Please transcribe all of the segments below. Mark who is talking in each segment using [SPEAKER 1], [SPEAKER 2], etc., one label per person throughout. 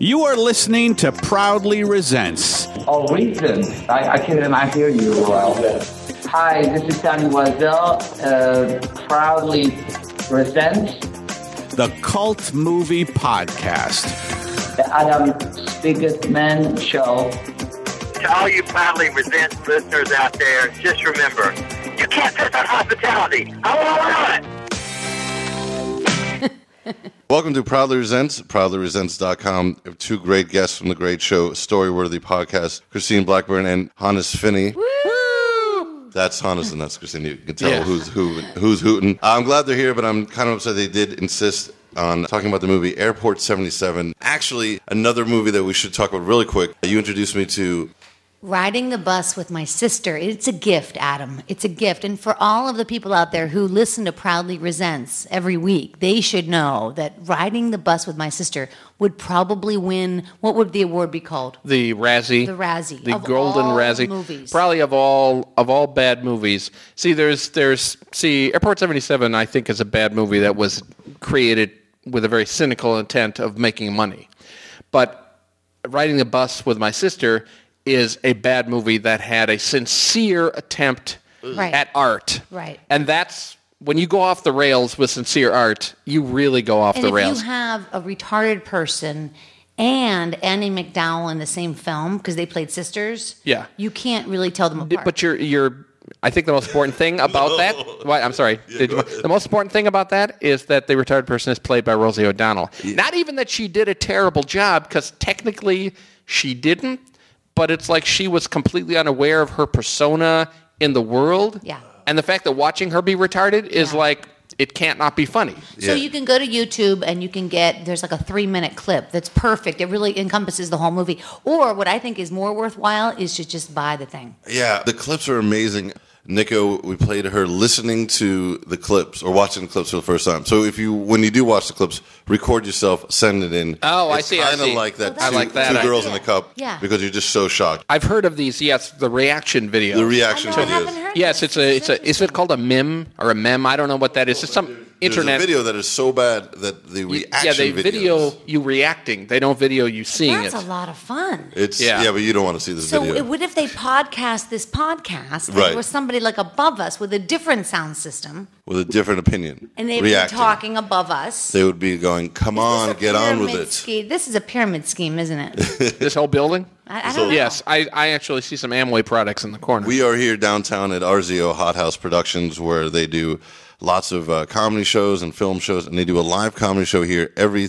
[SPEAKER 1] You are listening to Proudly Resents.
[SPEAKER 2] Oh, reason. I, I cannot hear you well. Hi, this is Danny Wazell, uh, proudly presents.
[SPEAKER 1] the Cult Movie Podcast.
[SPEAKER 2] the Adam Spiegelman Show.
[SPEAKER 3] To all you proudly resent listeners out there, just remember, you can't piss on hospitality. I won't allow it.
[SPEAKER 4] Welcome to Proudly Resents, proudlyresents.com. We have Two great guests from the great show, Storyworthy Podcast, Christine Blackburn and Hannes Finney. That's Hannes and that's Christine. You can tell
[SPEAKER 1] Yeah.
[SPEAKER 4] who's who, who's hooting. I'm glad they're here, but I'm kind of upset they did insist on talking about the movie Airport 77. Actually, another movie that we should talk about really quick. You introduced me to
[SPEAKER 5] Riding the bus with my sister, it's a gift, Adam. It's a gift. And for all of the people out there who listen to Proudly Resents every week, they should know that riding the bus with my sister would probably win what would the award be called?
[SPEAKER 6] the Razzie,
[SPEAKER 5] The Razzie.
[SPEAKER 6] the
[SPEAKER 5] Of
[SPEAKER 6] Golden
[SPEAKER 5] all
[SPEAKER 6] Razzie,
[SPEAKER 5] movies.
[SPEAKER 6] probably of all of all bad movies. See, there's there's see, Airport Seventy Seven, I think, is a bad movie that was created with a very cynical intent of making money. But riding the bus with my sister is a bad movie that had a sincere attempt
[SPEAKER 5] Right.
[SPEAKER 6] at art.
[SPEAKER 5] Right.
[SPEAKER 6] and that's. When you go off the rails with sincere art, you really go off
[SPEAKER 5] And
[SPEAKER 6] the
[SPEAKER 5] if
[SPEAKER 6] rails.
[SPEAKER 5] you have a retarded person and Annie McDowell in the same film because they played sisters,
[SPEAKER 6] Yeah.
[SPEAKER 5] you can't really tell them
[SPEAKER 6] D-
[SPEAKER 5] apart.
[SPEAKER 6] But you're you're. I think the most important thing about that. Why, I'm sorry. Did you- the most important thing about that is that the retired person is played by Rosie O'Donnell. Not even that she did a terrible job, because technically she didn't. But it's like she was completely unaware of her persona in the world.
[SPEAKER 5] Yeah.
[SPEAKER 6] And the fact that watching her be retarded is
[SPEAKER 5] Yeah.
[SPEAKER 6] like it can't not be funny.
[SPEAKER 5] So you can go to YouTube and you can get there's like a three minute clip that's perfect. It really encompasses the whole movie. Or what I think is more worthwhile is to just buy the thing.
[SPEAKER 4] Yeah, the clips are amazing. Nico, we played her listening to the clips or watching the clips for the first time. So if you, when you do watch the clips, record yourself, send it in.
[SPEAKER 6] Oh, I
[SPEAKER 4] It's
[SPEAKER 6] see, I
[SPEAKER 4] kinda
[SPEAKER 6] see.
[SPEAKER 4] like that. two,
[SPEAKER 5] Well,
[SPEAKER 6] that's- I like that
[SPEAKER 4] Two
[SPEAKER 6] idea.
[SPEAKER 4] girls in a cup.
[SPEAKER 5] Yeah.
[SPEAKER 4] Because you're just so shocked.
[SPEAKER 6] I've heard of these. Yes, the reaction videos.
[SPEAKER 4] The reaction
[SPEAKER 5] I know, I
[SPEAKER 4] videos.
[SPEAKER 5] haven't heard
[SPEAKER 6] Yes,
[SPEAKER 5] this.
[SPEAKER 6] it's a it's a is it
[SPEAKER 5] interesting.
[SPEAKER 6] called a meme or a mem? I don't know what that is. It's some
[SPEAKER 4] There's
[SPEAKER 6] internet
[SPEAKER 4] a video that is so bad that the
[SPEAKER 6] You-
[SPEAKER 4] reaction
[SPEAKER 6] yeah, they
[SPEAKER 4] videos-
[SPEAKER 6] video you reacting. They don't video you seeing
[SPEAKER 5] That's
[SPEAKER 6] it.
[SPEAKER 5] a lot of fun.
[SPEAKER 4] It's yeah.
[SPEAKER 6] Yeah.
[SPEAKER 4] but you don't want to see this
[SPEAKER 5] So
[SPEAKER 4] video.
[SPEAKER 5] it, what if they podcast this podcast? and
[SPEAKER 4] Right.
[SPEAKER 5] There was somebody like above us with a different sound system,
[SPEAKER 4] with a different opinion.
[SPEAKER 5] and they'd
[SPEAKER 4] Reacting.
[SPEAKER 5] be talking above us.
[SPEAKER 4] They would be going, "Come on, get on with it."
[SPEAKER 5] it. This is a pyramid scheme, isn't it?
[SPEAKER 6] this whole building.
[SPEAKER 5] I, I
[SPEAKER 4] So-
[SPEAKER 5] don't know.
[SPEAKER 6] Yes, I, I actually see some Amway products in the corner.
[SPEAKER 4] We are here downtown at RZO Hot House Productions, where they do lots of uh, comedy shows and film shows, and they do a live comedy show here every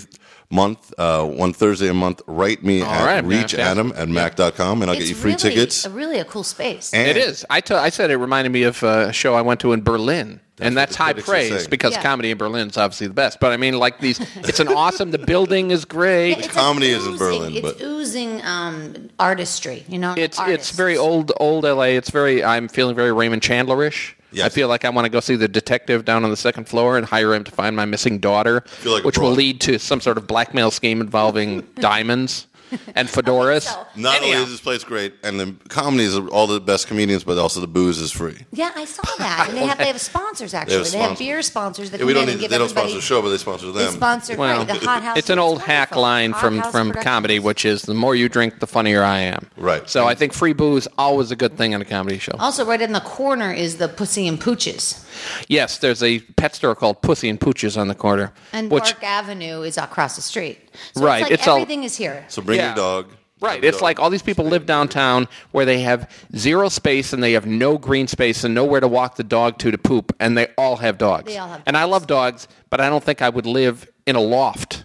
[SPEAKER 4] month, uh, one Thursday a month. Write me at
[SPEAKER 6] right, man,
[SPEAKER 4] reachadam at mac.com, and I'll
[SPEAKER 5] It's
[SPEAKER 4] get you free
[SPEAKER 5] really,
[SPEAKER 4] tickets.
[SPEAKER 5] A, really a cool space.
[SPEAKER 4] And
[SPEAKER 6] it is. I to- I said it reminded me of uh, a show I went to in Berlin, and
[SPEAKER 4] what
[SPEAKER 6] that's
[SPEAKER 4] the
[SPEAKER 6] high
[SPEAKER 4] critics are saying.
[SPEAKER 6] praise because
[SPEAKER 5] Yeah.
[SPEAKER 6] comedy in Berlin is obviously the best. But I mean, like these, it's an awesome. The building is great.
[SPEAKER 5] Yeah, it's
[SPEAKER 4] comedy is in
[SPEAKER 5] oozing-
[SPEAKER 4] Berlin,
[SPEAKER 5] It's
[SPEAKER 4] but-
[SPEAKER 5] oozing um, artistry, you know.
[SPEAKER 6] It's
[SPEAKER 5] artists.
[SPEAKER 6] it's very old old LA. It's very I'm feeling very Raymond Chandlerish.
[SPEAKER 4] Yes.
[SPEAKER 6] I feel like I want to go see the detective down on the second floor and hire him to find my missing daughter,
[SPEAKER 4] Feel like a
[SPEAKER 6] which will
[SPEAKER 4] broad.
[SPEAKER 6] lead to some sort of blackmail scheme involving diamonds and fedoras.
[SPEAKER 5] so.
[SPEAKER 4] Not only
[SPEAKER 6] Anyhow.
[SPEAKER 4] is this place great, and the comedy is all the best comedians, but also the booze is free.
[SPEAKER 5] Yeah, I saw that. And they have they have sponsors actually. They have,
[SPEAKER 4] sponsors.
[SPEAKER 5] beer sponsors that
[SPEAKER 4] Yeah, we
[SPEAKER 5] come
[SPEAKER 4] don't
[SPEAKER 5] in and
[SPEAKER 4] need,
[SPEAKER 5] give
[SPEAKER 4] they don't
[SPEAKER 5] everybody.
[SPEAKER 4] sponsor the show, but they sponsor
[SPEAKER 5] They
[SPEAKER 4] them.
[SPEAKER 5] sponsor
[SPEAKER 6] Well,
[SPEAKER 5] right, the hot house.
[SPEAKER 6] it's an old hack
[SPEAKER 5] wonderful.
[SPEAKER 6] line
[SPEAKER 5] Hot
[SPEAKER 6] from,
[SPEAKER 5] House
[SPEAKER 6] from
[SPEAKER 5] Productions.
[SPEAKER 6] comedy, which is the more you drink, the funnier I am.
[SPEAKER 4] Right.
[SPEAKER 6] So I think free booze always a good thing on a comedy show.
[SPEAKER 5] Also, right in the corner is the Pussy and Pooches,
[SPEAKER 6] Yes, there's a pet store called Pussy and Pooches on the corner,
[SPEAKER 5] and
[SPEAKER 6] which
[SPEAKER 5] Park Avenue is across the street. So
[SPEAKER 6] Right,
[SPEAKER 5] it's like
[SPEAKER 6] it's all-
[SPEAKER 5] everything is here.
[SPEAKER 4] so bring
[SPEAKER 6] Yeah.
[SPEAKER 4] your dog.
[SPEAKER 6] Right. It's like all these people live downtown where they have zero space and they have no green space and nowhere to walk the dog to to poop, and they all have dogs.
[SPEAKER 5] They all have
[SPEAKER 6] and I love dogs, but I don't think I would live in a loft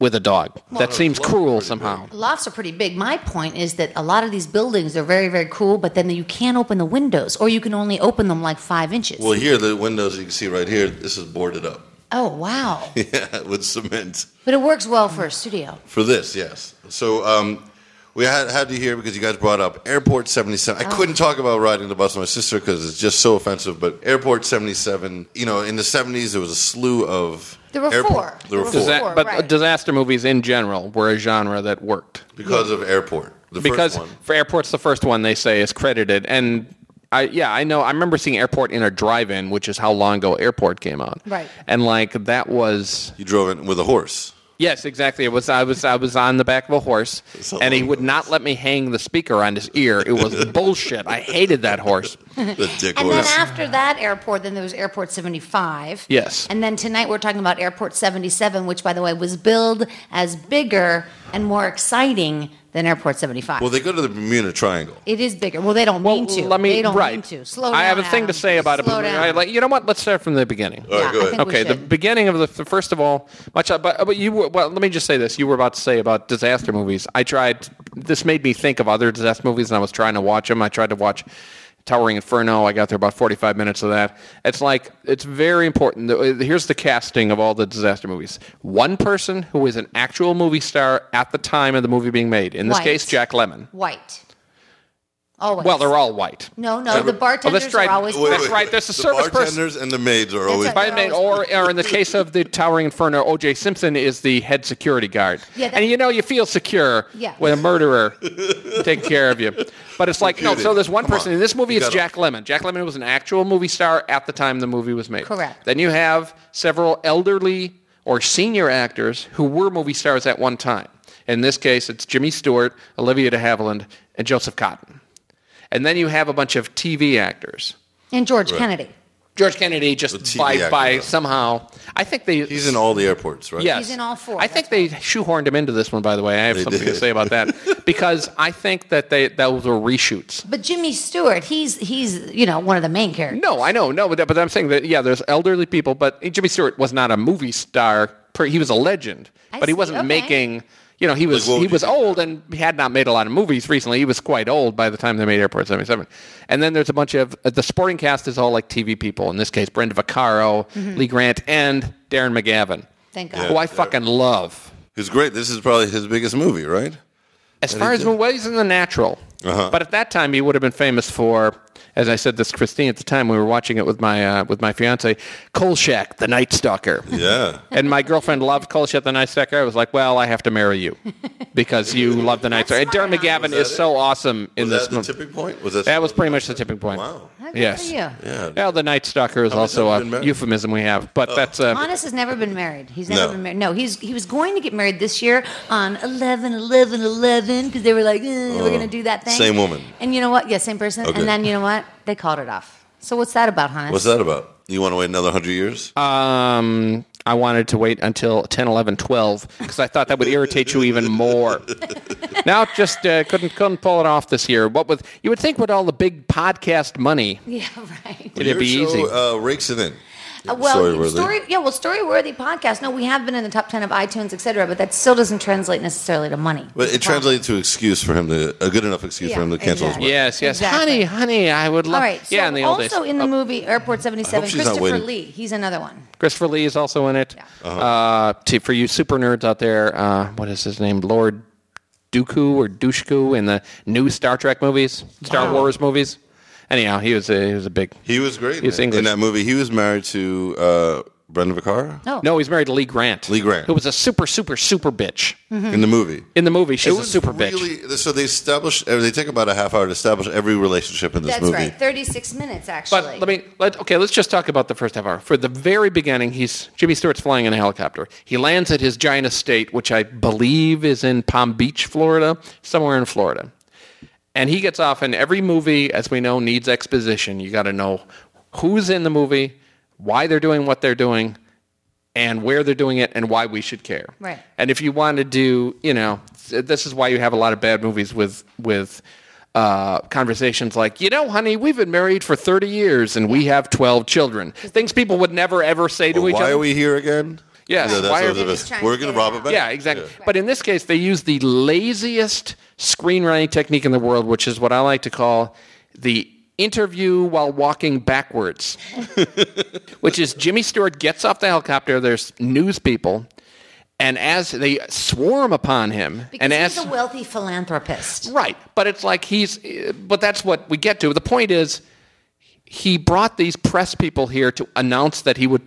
[SPEAKER 6] with a dog. that seems cruel somehow.
[SPEAKER 5] Lofts are pretty big. My point is that a lot of these buildings are very, very cool, but then you can't open the windows, or you can only open them like five inches.
[SPEAKER 4] Well, here, the windows you can see right here, this is boarded up
[SPEAKER 5] oh wow!
[SPEAKER 4] yeah, with cement.
[SPEAKER 5] but it works well for a studio.
[SPEAKER 4] For this, yes. So um, we had, had you here because you guys brought up Airport 77.
[SPEAKER 5] Oh.
[SPEAKER 4] I couldn't talk about riding the bus with my sister because it's just so offensive, but Airport 77, you know, in the 70s, there was a slew of.
[SPEAKER 5] There were
[SPEAKER 4] airport-
[SPEAKER 5] four.
[SPEAKER 4] There were four.
[SPEAKER 5] There were
[SPEAKER 6] Disa-
[SPEAKER 5] Sure,
[SPEAKER 6] but
[SPEAKER 5] right.
[SPEAKER 6] disaster movies in general were a genre that worked.
[SPEAKER 4] Because of Airport. The
[SPEAKER 6] because
[SPEAKER 4] first one.
[SPEAKER 6] for airports, the first one they say is credited, and I yeah, I know. I remember seeing Airport in a drive-in, which is how long ago Airport came out.
[SPEAKER 5] Right.
[SPEAKER 6] And like that was
[SPEAKER 4] You drove it with a horse.
[SPEAKER 6] yes, exactly. It was I was I was on the back of a horse,
[SPEAKER 4] So
[SPEAKER 6] and he
[SPEAKER 4] long
[SPEAKER 6] would not let me hang the speaker on his ear. It was bullshit. I hated that horse.
[SPEAKER 4] The dick
[SPEAKER 5] And then
[SPEAKER 4] horse.
[SPEAKER 5] after that airport, then there was Airport 75.
[SPEAKER 6] Yes.
[SPEAKER 5] And then tonight we're talking about Airport 77, which, by the way, was billed as bigger and more exciting than Airport 75.
[SPEAKER 4] Well, they go to the Bermuda Triangle.
[SPEAKER 5] it is bigger. Well, they don't mean to.
[SPEAKER 6] Let me
[SPEAKER 5] they don't
[SPEAKER 6] right.
[SPEAKER 5] mean to. Slow down.
[SPEAKER 6] I have a thing to
[SPEAKER 5] Adam.
[SPEAKER 6] say about
[SPEAKER 5] Slow
[SPEAKER 6] it. But
[SPEAKER 5] down.
[SPEAKER 6] I, like you know what? Let's start from the beginning.
[SPEAKER 4] All right,
[SPEAKER 5] Yeah,
[SPEAKER 4] go
[SPEAKER 5] I
[SPEAKER 4] ahead.
[SPEAKER 5] think we
[SPEAKER 6] okay, the
[SPEAKER 5] should.
[SPEAKER 6] beginning of the the first of all, much. But, but you were well. Let me just say this: you were about to say about disaster movies. I tried. This made me think of other disaster movies, and I was trying to watch them. I tried to watch Towering Inferno. I got through about forty-five minutes of that. It's like it's very important. The- Here's the casting of all the disaster movies: one person who is an actual movie star at the time of the movie being made. In this
[SPEAKER 5] White.
[SPEAKER 6] case, Jack Lemmon.
[SPEAKER 5] White. Always.
[SPEAKER 6] Well, they're all white.
[SPEAKER 5] No, no, the bartenders
[SPEAKER 6] try-
[SPEAKER 5] are always.
[SPEAKER 6] Wait, That's wait. right, there's a
[SPEAKER 4] the
[SPEAKER 6] service person.
[SPEAKER 4] bartenders and the maids are always.
[SPEAKER 5] right.
[SPEAKER 6] By the way, or, or in the case of the Towering Inferno, O.J. Simpson is the head security guard.
[SPEAKER 5] Yeah, that-
[SPEAKER 6] and you know, you feel secure
[SPEAKER 5] Yeah.
[SPEAKER 6] with a murderer taking care of you. But it's like, no,
[SPEAKER 4] Security.
[SPEAKER 6] so there's one
[SPEAKER 4] Come
[SPEAKER 6] person
[SPEAKER 4] on.
[SPEAKER 6] in this movie,
[SPEAKER 4] You
[SPEAKER 6] it's
[SPEAKER 4] gotta-
[SPEAKER 6] Jack Lemon. Jack Lemon was an actual movie star at the time the movie was made.
[SPEAKER 5] Correct.
[SPEAKER 6] Then you have several elderly or senior actors who were movie stars at one time. In this case, it's Jimmy Stewart, Olivia de Havilland, and Joseph Cotton. And then you have a bunch of TV actors.
[SPEAKER 5] And George Kennedy.
[SPEAKER 6] George Kennedy
[SPEAKER 4] The
[SPEAKER 6] just
[SPEAKER 4] TV
[SPEAKER 6] by,
[SPEAKER 4] actor,
[SPEAKER 6] by
[SPEAKER 4] though.
[SPEAKER 6] somehow. I think they.
[SPEAKER 4] He's in all the airports, right?
[SPEAKER 6] Yes.
[SPEAKER 5] He's in all four,
[SPEAKER 6] I think they
[SPEAKER 5] that's
[SPEAKER 6] shoehorned him into this one. By the way, I have
[SPEAKER 4] They
[SPEAKER 6] something to
[SPEAKER 4] did.
[SPEAKER 6] say about that because I think that they those were reshoots.
[SPEAKER 5] But Jimmy Stewart, he's he's you know one of the main characters.
[SPEAKER 6] No, I know, no, but, but I'm saying that yeah, there's elderly people, but Jimmy Stewart was not a movie star. per- He was a legend,
[SPEAKER 5] I
[SPEAKER 6] but he
[SPEAKER 5] see,
[SPEAKER 6] wasn't
[SPEAKER 5] okay.
[SPEAKER 6] making. You know, he was
[SPEAKER 4] Like, what
[SPEAKER 6] he
[SPEAKER 4] would
[SPEAKER 6] was
[SPEAKER 4] you think?
[SPEAKER 6] old and he had not made a lot of movies recently. He was quite old by the time they made Airport 77. And then there's a bunch of uh, the sporting cast is all like TV people. In this case, Brenda Vaccaro, Lee Grant, and Darren McGavin,
[SPEAKER 5] Mm-hmm. Thank God.
[SPEAKER 6] who I fucking love.
[SPEAKER 4] He's great. This is probably his biggest movie, right?
[SPEAKER 6] As far as well, he's in the natural.
[SPEAKER 4] Uh-huh.
[SPEAKER 6] But at that time, he would have been famous for, as I said this, to Christine. At the time, we were watching it with my uh, with my fiance, Kolchak, the Night Stalker.
[SPEAKER 4] Yeah.
[SPEAKER 6] And my girlfriend loved Kolchak, the Night Stalker. I was like, well, I have to marry you because you love the Night Stalker. And Darren McGavin
[SPEAKER 4] that
[SPEAKER 6] is so awesome in
[SPEAKER 4] was
[SPEAKER 6] this
[SPEAKER 4] that the
[SPEAKER 6] movie.
[SPEAKER 4] tipping point? Was that?
[SPEAKER 6] That was pretty much the tipping point.
[SPEAKER 4] Wow.
[SPEAKER 5] How good
[SPEAKER 6] Yes.
[SPEAKER 5] for you.
[SPEAKER 4] Yeah.
[SPEAKER 6] Well, the Night Stalker is also
[SPEAKER 4] times
[SPEAKER 6] a
[SPEAKER 4] have you been married? Oh.
[SPEAKER 6] euphemism we have, but that's uh,
[SPEAKER 5] Honest has never been married. He's never
[SPEAKER 4] No.
[SPEAKER 5] been married. No, he's he was going to get married this year on 11 11 11 because they were like, eh, we're going to do that thing.
[SPEAKER 4] Oh, same woman.
[SPEAKER 5] And you know what? Yeah, same person.
[SPEAKER 4] Okay.
[SPEAKER 5] And then you know what? They called it off. So what's that about, Honest?
[SPEAKER 4] What's that about? You want to wait another hundred years?
[SPEAKER 6] Um, I wanted to wait until 10, 11, 12 because I thought that would irritate you even more. now it just uh, couldn't couldn't pull it off this year. What with you would think with all the big podcast money,
[SPEAKER 5] Yeah, right.
[SPEAKER 6] it'd be
[SPEAKER 4] Your
[SPEAKER 6] easy.
[SPEAKER 4] show, Uh, rakes it in.
[SPEAKER 5] Uh, well,
[SPEAKER 4] Storyworthy.
[SPEAKER 5] story, yeah, well, story worthy podcast. No, we have been in the top ten of iTunes, et cetera, but that still doesn't translate necessarily to money.
[SPEAKER 4] But it translated to excuse for him to a good enough excuse for
[SPEAKER 5] Yeah,
[SPEAKER 4] him to cancel
[SPEAKER 5] exactly.
[SPEAKER 4] his wedding.
[SPEAKER 6] yes, yes,
[SPEAKER 5] Exactly.
[SPEAKER 6] honey, honey, I would
[SPEAKER 5] All
[SPEAKER 6] love.
[SPEAKER 5] right. So
[SPEAKER 6] yeah, in the old days. Oh.
[SPEAKER 5] also in the movie Airport
[SPEAKER 4] I
[SPEAKER 5] 77,
[SPEAKER 4] hope she's not
[SPEAKER 5] Christopher
[SPEAKER 4] waiting.
[SPEAKER 5] Lee, he's another one.
[SPEAKER 6] Christopher Lee is also in it.
[SPEAKER 4] Uh-huh.
[SPEAKER 6] Uh, to, for you super nerds out there, uh, what is his name? Lord Dooku or Dushku in the new Star Trek movies, Star Wars movies. Anyhow, he was a, he was a big.
[SPEAKER 4] He was great.
[SPEAKER 6] He's
[SPEAKER 4] in, it.
[SPEAKER 6] English.
[SPEAKER 4] in that movie. He was married to uh, Brenda Vaccaro
[SPEAKER 5] Oh.
[SPEAKER 6] No, he's married to Lee Grant.
[SPEAKER 4] Lee Grant.
[SPEAKER 6] Who was a super, super, super bitch.
[SPEAKER 5] Mm-hmm.
[SPEAKER 4] in the movie.
[SPEAKER 6] In the movie,
[SPEAKER 4] It
[SPEAKER 6] she's a
[SPEAKER 4] was
[SPEAKER 6] super bitch.
[SPEAKER 4] really, So they establish. or They take about a half hour to establish every relationship in this
[SPEAKER 5] That's
[SPEAKER 4] movie.
[SPEAKER 5] right. 36 minutes, actually.
[SPEAKER 6] But let me let okay. Let's just talk about the first half hour. For the very beginning, he's Jimmy Stewart's flying in a helicopter. He lands at his giant estate, which I believe is in Palm Beach, Florida, somewhere in Florida. And he gets off, and every movie, as we know, needs exposition. You got to know who's in the movie, why they're doing what they're doing, and where they're doing it, and why we should care.
[SPEAKER 5] Right.
[SPEAKER 6] And if you want to do, you know, th- this is why you have a lot of bad movies with with uh, conversations like, you know, honey, we've been married for thirty years and we have twelve children. Things people would never ever say to
[SPEAKER 4] Well,
[SPEAKER 6] each
[SPEAKER 4] why
[SPEAKER 6] other.
[SPEAKER 4] are we here again?
[SPEAKER 6] Yes,
[SPEAKER 4] Yeah, that's what
[SPEAKER 6] why are-
[SPEAKER 4] it was
[SPEAKER 6] They're
[SPEAKER 5] just trying
[SPEAKER 4] We're
[SPEAKER 5] to
[SPEAKER 4] going
[SPEAKER 5] get
[SPEAKER 4] to rob
[SPEAKER 5] it
[SPEAKER 4] a
[SPEAKER 5] out.
[SPEAKER 4] bank.
[SPEAKER 6] yeah, exactly. But in this case, they use the laziest screenwriting technique in the world, which is what I like to call the interview while walking backwards, which is Jimmy Stewart gets off the helicopter. There's news people. And as they swarm upon him,
[SPEAKER 5] because
[SPEAKER 6] and as
[SPEAKER 5] he's a wealthy philanthropist.
[SPEAKER 6] Right, but it's like he's. But that's what we get to. The point is, he brought these press people here to announce that he would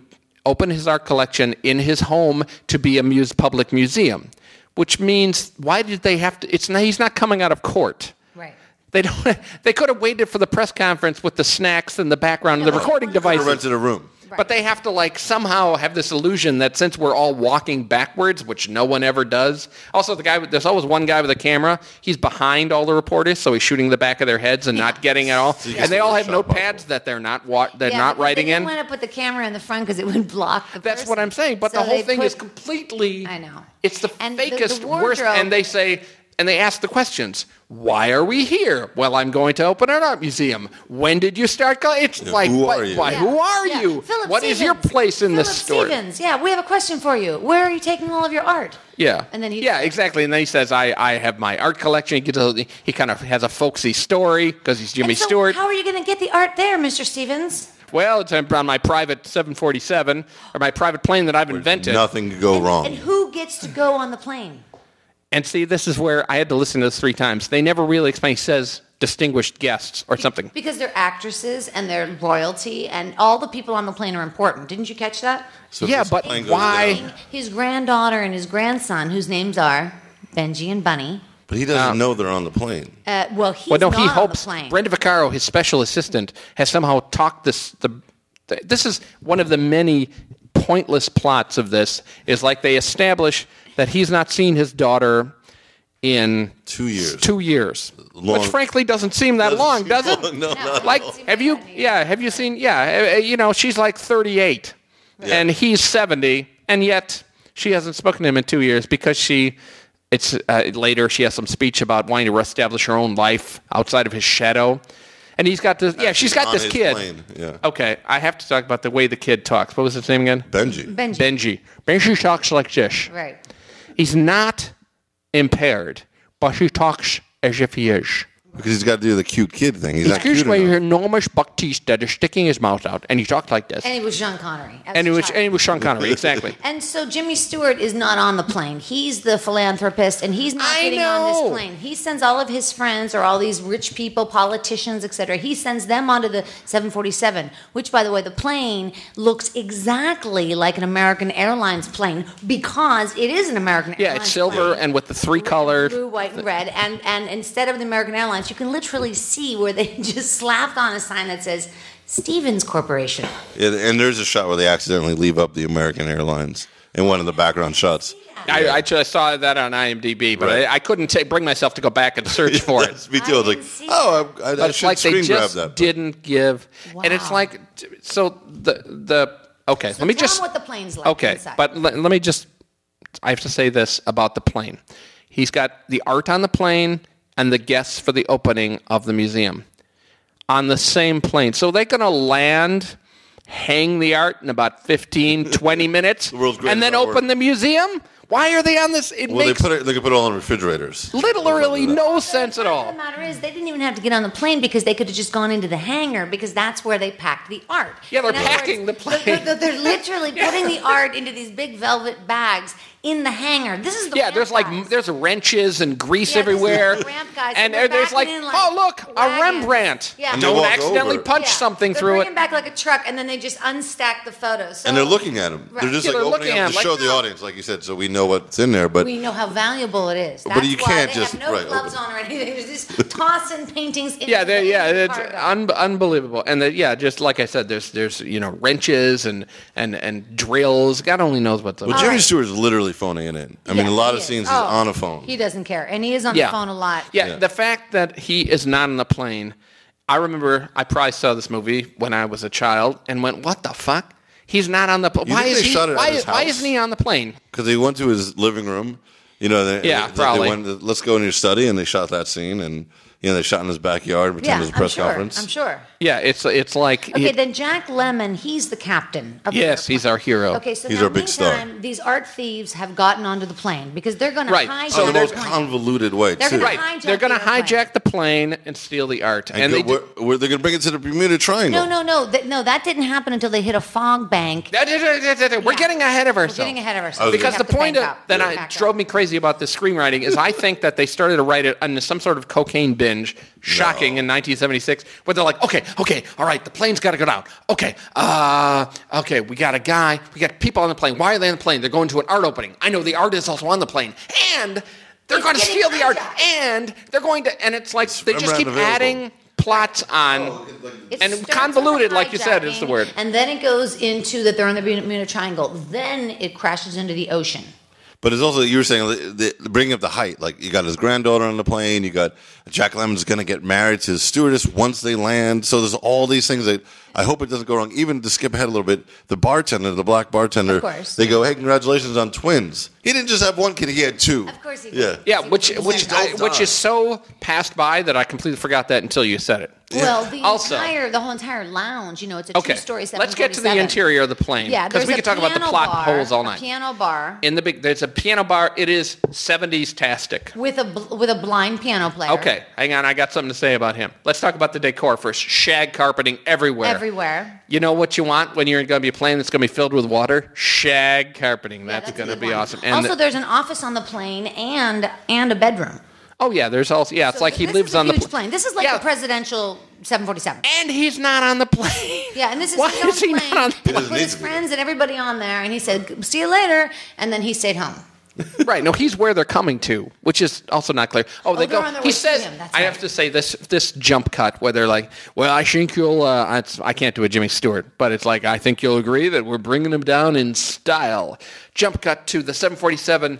[SPEAKER 6] open his art collection in his home to be a muse public museum, which means why did they have to? It's not, he's not coming out of court.
[SPEAKER 5] Right.
[SPEAKER 6] They don't. They could have waited for the press conference with the snacks and the background and the recording
[SPEAKER 4] I
[SPEAKER 6] devices.
[SPEAKER 4] rented a room.
[SPEAKER 6] But they have to like somehow have this illusion that since we're all walking backwards, which no one ever does. Also, the guy with, there's always one guy with a camera. He's behind all the reporters, so he's shooting the back of their heads and not getting at all.
[SPEAKER 4] you can
[SPEAKER 6] and they
[SPEAKER 4] see
[SPEAKER 6] all
[SPEAKER 4] the
[SPEAKER 6] have
[SPEAKER 4] shot
[SPEAKER 6] notepads that they're not wa- they're
[SPEAKER 5] Yeah,
[SPEAKER 6] not
[SPEAKER 5] because
[SPEAKER 6] writing
[SPEAKER 5] they
[SPEAKER 6] in.
[SPEAKER 5] didn't want to put the camera in the front because it would block. The
[SPEAKER 6] That's what
[SPEAKER 5] person.
[SPEAKER 6] I'm saying. But
[SPEAKER 5] So
[SPEAKER 6] the whole
[SPEAKER 5] they
[SPEAKER 6] thing
[SPEAKER 5] put-
[SPEAKER 6] is completely.
[SPEAKER 5] I know.
[SPEAKER 6] It's the
[SPEAKER 5] And the- the
[SPEAKER 6] fakest, worst.
[SPEAKER 5] wardrobe-
[SPEAKER 6] And they say, and they ask the questions. Why are we here? Well, I'm going to open an art museum. When did you start? Co-? It's like,
[SPEAKER 4] who
[SPEAKER 6] what-
[SPEAKER 4] are you?
[SPEAKER 6] why?
[SPEAKER 5] Yeah,
[SPEAKER 6] Who are
[SPEAKER 5] yeah.
[SPEAKER 6] you?
[SPEAKER 5] Philip
[SPEAKER 6] What is your
[SPEAKER 5] Stevens.
[SPEAKER 6] place in
[SPEAKER 5] Philip
[SPEAKER 6] this story?
[SPEAKER 5] Stevens. Yeah, we have a question for you. Where are you taking all of your art?
[SPEAKER 6] Yeah.
[SPEAKER 5] And then he
[SPEAKER 6] yeah, exactly. And then he says, I, I have my art collection. He, gets a, he kind of has a folksy story because he's Jimmy
[SPEAKER 5] And so
[SPEAKER 6] Stewart.
[SPEAKER 5] How are you going to get the art there, Mr. Stevens?
[SPEAKER 6] well, it's on my private 747 or my private plane that I've invented.
[SPEAKER 4] Nothing could go
[SPEAKER 6] Um.
[SPEAKER 4] wrong.
[SPEAKER 5] And who gets to go on the plane?
[SPEAKER 6] And see, this is where I had to listen to this three times. They never really explain. He says distinguished guests or something.
[SPEAKER 5] Because they're actresses and their loyalty, and all the people on the plane are important. Didn't you catch that?
[SPEAKER 4] So
[SPEAKER 6] yeah,
[SPEAKER 4] this
[SPEAKER 6] but
[SPEAKER 4] plane goes
[SPEAKER 6] why-
[SPEAKER 4] down-
[SPEAKER 5] His granddaughter and his grandson, whose names are Benji and Bunny.
[SPEAKER 4] But he
[SPEAKER 6] Uh,
[SPEAKER 4] doesn't know they're on the plane.
[SPEAKER 5] Uh, well, he's
[SPEAKER 6] well, no,
[SPEAKER 5] not
[SPEAKER 6] he
[SPEAKER 5] on
[SPEAKER 6] hopes
[SPEAKER 5] the plane.
[SPEAKER 6] Brenda Vaccaro, his special assistant, has somehow talked this. The, the this is one of the many pointless plots of this. Is like they establish that he's not seen his daughter in
[SPEAKER 4] Two years.
[SPEAKER 6] Two years,
[SPEAKER 4] Long-
[SPEAKER 6] which frankly doesn't seem that
[SPEAKER 4] Doesn't
[SPEAKER 6] long,
[SPEAKER 4] seem
[SPEAKER 6] does it?
[SPEAKER 4] long, no, No,
[SPEAKER 5] not at
[SPEAKER 6] like
[SPEAKER 5] all.
[SPEAKER 6] have you? Yeah, have you seen? Yeah, uh, uh, you know, she's like thirty-eight, and he's seventy, and yet she hasn't spoken to him in two years because she. It's uh, later. She has some speech about wanting to reestablish her own life outside of his shadow, and he's got this. Yeah, she's got
[SPEAKER 4] on
[SPEAKER 6] this
[SPEAKER 4] his
[SPEAKER 6] kid.
[SPEAKER 4] plane, yeah.
[SPEAKER 6] Okay, I have to talk about the way the kid talks. What was his name again?
[SPEAKER 4] Benji.
[SPEAKER 5] Benji.
[SPEAKER 6] Benji. Benji talks like this.
[SPEAKER 5] Right.
[SPEAKER 6] He's not impaired, but he talks as if he is.
[SPEAKER 4] Because he's got to do the cute kid thing. He's not
[SPEAKER 6] Excuse
[SPEAKER 4] cute
[SPEAKER 6] me, your
[SPEAKER 4] enough.
[SPEAKER 6] enormous buck teeth that is sticking his mouth out, and he talked like this.
[SPEAKER 5] And it was Sean Connery. as
[SPEAKER 6] And
[SPEAKER 5] a
[SPEAKER 6] it was,
[SPEAKER 5] child.
[SPEAKER 6] and it was Sean Connery, exactly.
[SPEAKER 5] And so Jimmy Stewart is not on the plane. He's the philanthropist, and he's not
[SPEAKER 6] I
[SPEAKER 5] getting on
[SPEAKER 6] know.
[SPEAKER 5] this plane. He sends all of his friends or all these rich people, politicians, etc. He sends them onto the 747, which, by the way, the plane looks exactly like an American Airlines plane because it is an American
[SPEAKER 6] Yeah,
[SPEAKER 5] Airlines
[SPEAKER 6] it's silver
[SPEAKER 5] plane.
[SPEAKER 6] and with the three colored.
[SPEAKER 5] Blue, white, and red, and and instead of the American Airlines, you can literally see where they just slapped on a sign that says Stevens Corporation.
[SPEAKER 4] And, and there's a shot where they accidentally leave up the American Airlines in one of the background shots.
[SPEAKER 6] I, I just saw that on IMDb, but
[SPEAKER 4] Right.
[SPEAKER 6] I, I couldn't ta- bring myself to go back and search for it.
[SPEAKER 4] Yes, me too. I was
[SPEAKER 5] I
[SPEAKER 4] like,
[SPEAKER 5] didn't see
[SPEAKER 4] oh, I, I,
[SPEAKER 6] But
[SPEAKER 4] I
[SPEAKER 6] it's
[SPEAKER 4] should
[SPEAKER 6] like they
[SPEAKER 4] screen grab
[SPEAKER 6] just
[SPEAKER 4] that.
[SPEAKER 6] didn't give. And it's
[SPEAKER 5] Wow.
[SPEAKER 6] like, so the the okay. let me
[SPEAKER 5] tell 'em
[SPEAKER 6] just
[SPEAKER 5] what the plane's like
[SPEAKER 6] Okay,
[SPEAKER 5] inside.
[SPEAKER 6] but let, let me just. I have to say this about the plane. He's got the art on the plane and the guests for the opening of the museum on the same plane. So they're going to land, hang the art in about 15, 20 minutes,
[SPEAKER 4] world's greatest
[SPEAKER 6] and then
[SPEAKER 4] artwork.
[SPEAKER 6] open the museum? Why are they on this? It
[SPEAKER 4] well, they
[SPEAKER 6] makes
[SPEAKER 4] put it. They could put it all in refrigerators.
[SPEAKER 6] literally no sense at
[SPEAKER 5] The
[SPEAKER 6] all.
[SPEAKER 5] matter is, they didn't even have to get on the plane because they could have just gone into the hangar because that's where they packed the art.
[SPEAKER 6] Yeah, they're
[SPEAKER 5] In other
[SPEAKER 6] packing the plane.
[SPEAKER 5] They're, they're- they're literally putting the art into these big velvet bags in the hangar. This is the
[SPEAKER 6] Yeah,
[SPEAKER 5] ramp
[SPEAKER 6] there's like
[SPEAKER 5] guys.
[SPEAKER 6] there's wrenches and grease
[SPEAKER 5] Yeah, this is
[SPEAKER 6] everywhere,
[SPEAKER 5] the ramp guys,
[SPEAKER 6] and
[SPEAKER 5] they're
[SPEAKER 6] there's like,
[SPEAKER 5] backing in like
[SPEAKER 6] oh look, a
[SPEAKER 5] wagons.
[SPEAKER 6] Rembrandt.
[SPEAKER 5] Yeah. And they
[SPEAKER 6] Don't
[SPEAKER 4] walk
[SPEAKER 6] accidentally
[SPEAKER 4] over.
[SPEAKER 6] punch
[SPEAKER 5] Yeah,
[SPEAKER 6] something
[SPEAKER 5] they're
[SPEAKER 6] through
[SPEAKER 5] bringing
[SPEAKER 6] it.
[SPEAKER 5] back like a truck, and then they just unstack the photos. So
[SPEAKER 4] And they're looking at them.
[SPEAKER 5] Right.
[SPEAKER 4] They're just
[SPEAKER 6] Yeah,
[SPEAKER 4] like
[SPEAKER 6] they're
[SPEAKER 4] opening
[SPEAKER 6] looking at
[SPEAKER 4] up
[SPEAKER 6] 'em,
[SPEAKER 4] to
[SPEAKER 6] like,
[SPEAKER 4] show the
[SPEAKER 6] no.
[SPEAKER 4] audience, like you said, so we know what's in there. But
[SPEAKER 5] We know how valuable it is. That's
[SPEAKER 4] But you
[SPEAKER 5] why
[SPEAKER 4] can't
[SPEAKER 5] they
[SPEAKER 4] just-
[SPEAKER 5] have no
[SPEAKER 4] right,
[SPEAKER 5] gloves
[SPEAKER 4] open.
[SPEAKER 5] on or anything. They're just tossing paintings. Into
[SPEAKER 6] Yeah, they,
[SPEAKER 5] the
[SPEAKER 6] yeah, it's
[SPEAKER 5] cargo.
[SPEAKER 6] un- unbelievable. And the, yeah, just like I said, there's there's you know wrenches and and and drills. God only knows what's up.
[SPEAKER 4] well, Jimmy
[SPEAKER 5] right.
[SPEAKER 4] Stewart's literally phoning it in. I mean,
[SPEAKER 5] Yeah,
[SPEAKER 4] a lot
[SPEAKER 5] he
[SPEAKER 4] of
[SPEAKER 5] is.
[SPEAKER 4] scenes he's
[SPEAKER 5] Oh,
[SPEAKER 4] on a phone.
[SPEAKER 5] He doesn't care, and he is on
[SPEAKER 6] yeah.
[SPEAKER 5] the phone a lot.
[SPEAKER 6] Yeah,
[SPEAKER 4] Yeah.
[SPEAKER 6] the fact that he is not on the plane. I remember I probably saw this movie when I was a child and went, "What the fuck? He's not on the plane.
[SPEAKER 4] You
[SPEAKER 6] Why
[SPEAKER 4] think
[SPEAKER 6] is
[SPEAKER 4] they
[SPEAKER 6] he?
[SPEAKER 4] shot it at
[SPEAKER 6] Why,
[SPEAKER 4] his
[SPEAKER 6] why
[SPEAKER 4] house?
[SPEAKER 6] isn't he on the plane?"
[SPEAKER 4] because they went to his living room. You know, they,
[SPEAKER 6] Yeah,
[SPEAKER 4] they- they
[SPEAKER 6] probably.
[SPEAKER 4] went, Let's go in your study, and they shot that scene, and you know, they shot in his backyard, pretend it
[SPEAKER 5] Yeah,
[SPEAKER 4] was a
[SPEAKER 5] I'm
[SPEAKER 4] press
[SPEAKER 5] sure.
[SPEAKER 4] conference.
[SPEAKER 5] I'm sure.
[SPEAKER 6] Yeah, it's it's like
[SPEAKER 5] Okay,
[SPEAKER 6] he-
[SPEAKER 5] then Jack Lemon, he's the captain. Of
[SPEAKER 6] Yes,
[SPEAKER 5] the
[SPEAKER 6] he's our hero.
[SPEAKER 5] Okay, so
[SPEAKER 4] He's
[SPEAKER 5] now
[SPEAKER 4] our big star.
[SPEAKER 5] meantime, These art thieves have gotten onto the plane because they're going
[SPEAKER 6] Right,
[SPEAKER 5] to hijack
[SPEAKER 6] so
[SPEAKER 4] Oh, the
[SPEAKER 6] they're-
[SPEAKER 4] most
[SPEAKER 5] the plane.
[SPEAKER 4] convoluted way
[SPEAKER 5] They're
[SPEAKER 4] too.
[SPEAKER 5] gonna
[SPEAKER 6] right,
[SPEAKER 5] hijack
[SPEAKER 6] they're going to
[SPEAKER 5] the airplane.
[SPEAKER 6] hijack the plane and steal the art, and,
[SPEAKER 4] And,
[SPEAKER 6] they
[SPEAKER 4] go,
[SPEAKER 6] do,
[SPEAKER 4] where, where they're going to bring it to the Bermuda Triangle.
[SPEAKER 5] No, no, no, th- no. That didn't happen until they hit a fog bank.
[SPEAKER 6] Da- da- da- da- da- da- We're
[SPEAKER 5] Yeah.
[SPEAKER 6] getting ahead of
[SPEAKER 5] We're
[SPEAKER 6] ourselves.
[SPEAKER 5] getting ahead of ourselves.
[SPEAKER 4] Okay.
[SPEAKER 6] Because
[SPEAKER 5] We
[SPEAKER 6] the
[SPEAKER 5] have to
[SPEAKER 6] point
[SPEAKER 5] bank
[SPEAKER 6] of,
[SPEAKER 5] up.
[SPEAKER 6] that
[SPEAKER 5] Yeah.
[SPEAKER 6] I,
[SPEAKER 5] Back
[SPEAKER 6] drove
[SPEAKER 5] up.
[SPEAKER 6] me crazy about this screenwriting is I think that they started to write it on some sort of cocaine binge, shocking in 1976, where they're like, okay, okay, all right, the plane's got to go down. Okay, uh, okay, we got a guy, we got people on the plane. Why are they on the plane? They're going to an art opening. I know the art is also on the plane. And They're
[SPEAKER 5] It's
[SPEAKER 6] going to
[SPEAKER 5] getting
[SPEAKER 6] steal the art,
[SPEAKER 5] hijacked.
[SPEAKER 6] and they're going to, and it's like they just keep
[SPEAKER 4] unavailable.
[SPEAKER 6] adding plots on.
[SPEAKER 5] Oh, It
[SPEAKER 6] And
[SPEAKER 5] starts with
[SPEAKER 6] convoluted,
[SPEAKER 5] a
[SPEAKER 6] like you said, is the
[SPEAKER 5] hijacking,
[SPEAKER 6] word.
[SPEAKER 5] And then it goes into that they're on the Bermuda Triangle. Then it crashes into the ocean.
[SPEAKER 4] But it's also you were saying the, the bringing up the height. Like you got his granddaughter on the plane. You got Jack Lemon's going to get married to his stewardess once they land. So there's all these things that I hope it doesn't go wrong. Even to skip ahead a little bit, the bartender, the black bartender,
[SPEAKER 5] Of course.
[SPEAKER 4] they go, "Hey, congratulations on twins." He didn't just have one kid; he had two.
[SPEAKER 5] Of course he did.
[SPEAKER 4] Yeah.
[SPEAKER 6] Yeah, which
[SPEAKER 5] It's
[SPEAKER 6] which
[SPEAKER 5] all
[SPEAKER 6] I, which
[SPEAKER 4] done.
[SPEAKER 6] is so passed by that I completely forgot that until you said it.
[SPEAKER 5] Well, the
[SPEAKER 6] Also-
[SPEAKER 5] entire the whole entire lounge, you know, it's a
[SPEAKER 6] Okay,
[SPEAKER 5] two-story.
[SPEAKER 6] let's get to the
[SPEAKER 5] 747.
[SPEAKER 6] interior of the plane.
[SPEAKER 5] Yeah,
[SPEAKER 6] because
[SPEAKER 5] there's
[SPEAKER 6] we
[SPEAKER 5] a
[SPEAKER 6] could talk about the
[SPEAKER 5] piano
[SPEAKER 6] plot
[SPEAKER 5] bar,
[SPEAKER 6] holes all
[SPEAKER 5] a
[SPEAKER 6] night.
[SPEAKER 5] piano bar
[SPEAKER 6] In the big, there's a piano bar. It is '70s tastic.
[SPEAKER 5] with a bl- with a blind piano player.
[SPEAKER 6] Okay, hang on. I got something to say about him. Let's talk about the decor first. Shag carpeting everywhere.
[SPEAKER 5] everywhere.
[SPEAKER 6] You know what you want when you're going to be playing that's going to be filled with water? Shag carpeting.
[SPEAKER 5] Yeah,
[SPEAKER 6] that's
[SPEAKER 5] a
[SPEAKER 6] going to
[SPEAKER 5] good
[SPEAKER 6] be
[SPEAKER 5] one.
[SPEAKER 6] awesome.
[SPEAKER 5] also,
[SPEAKER 6] the-
[SPEAKER 5] there's an office on the plane and and a bedroom.
[SPEAKER 6] oh yeah, there's also yeah. It's
[SPEAKER 5] So
[SPEAKER 6] like he
[SPEAKER 5] this
[SPEAKER 6] lives
[SPEAKER 5] is a
[SPEAKER 6] on the
[SPEAKER 5] huge
[SPEAKER 6] pl-
[SPEAKER 5] plane. This is like
[SPEAKER 6] Yeah.
[SPEAKER 5] the presidential 747.
[SPEAKER 6] and he's not on the plane.
[SPEAKER 5] Yeah, and this is
[SPEAKER 6] why
[SPEAKER 5] his own
[SPEAKER 6] is he
[SPEAKER 5] plane.
[SPEAKER 6] not on the
[SPEAKER 5] He
[SPEAKER 6] plane?
[SPEAKER 4] doesn't
[SPEAKER 5] put
[SPEAKER 4] need
[SPEAKER 5] his
[SPEAKER 4] to be.
[SPEAKER 5] friends and everybody on there, and he said, "See you later," and then he stayed home.
[SPEAKER 6] Right. No, he's where they're coming to, which is also not clear. Oh, they
[SPEAKER 5] they're
[SPEAKER 6] go.
[SPEAKER 5] on their
[SPEAKER 6] He
[SPEAKER 5] way to
[SPEAKER 6] says,
[SPEAKER 5] him, that's
[SPEAKER 6] I
[SPEAKER 5] right.
[SPEAKER 6] have to say this this jump cut where they're like, well, I think you'll. Uh, it's, I can't do a Jimmy Stewart, but it's like I think you'll agree that we're bringing him down in style. Jump cut to the 747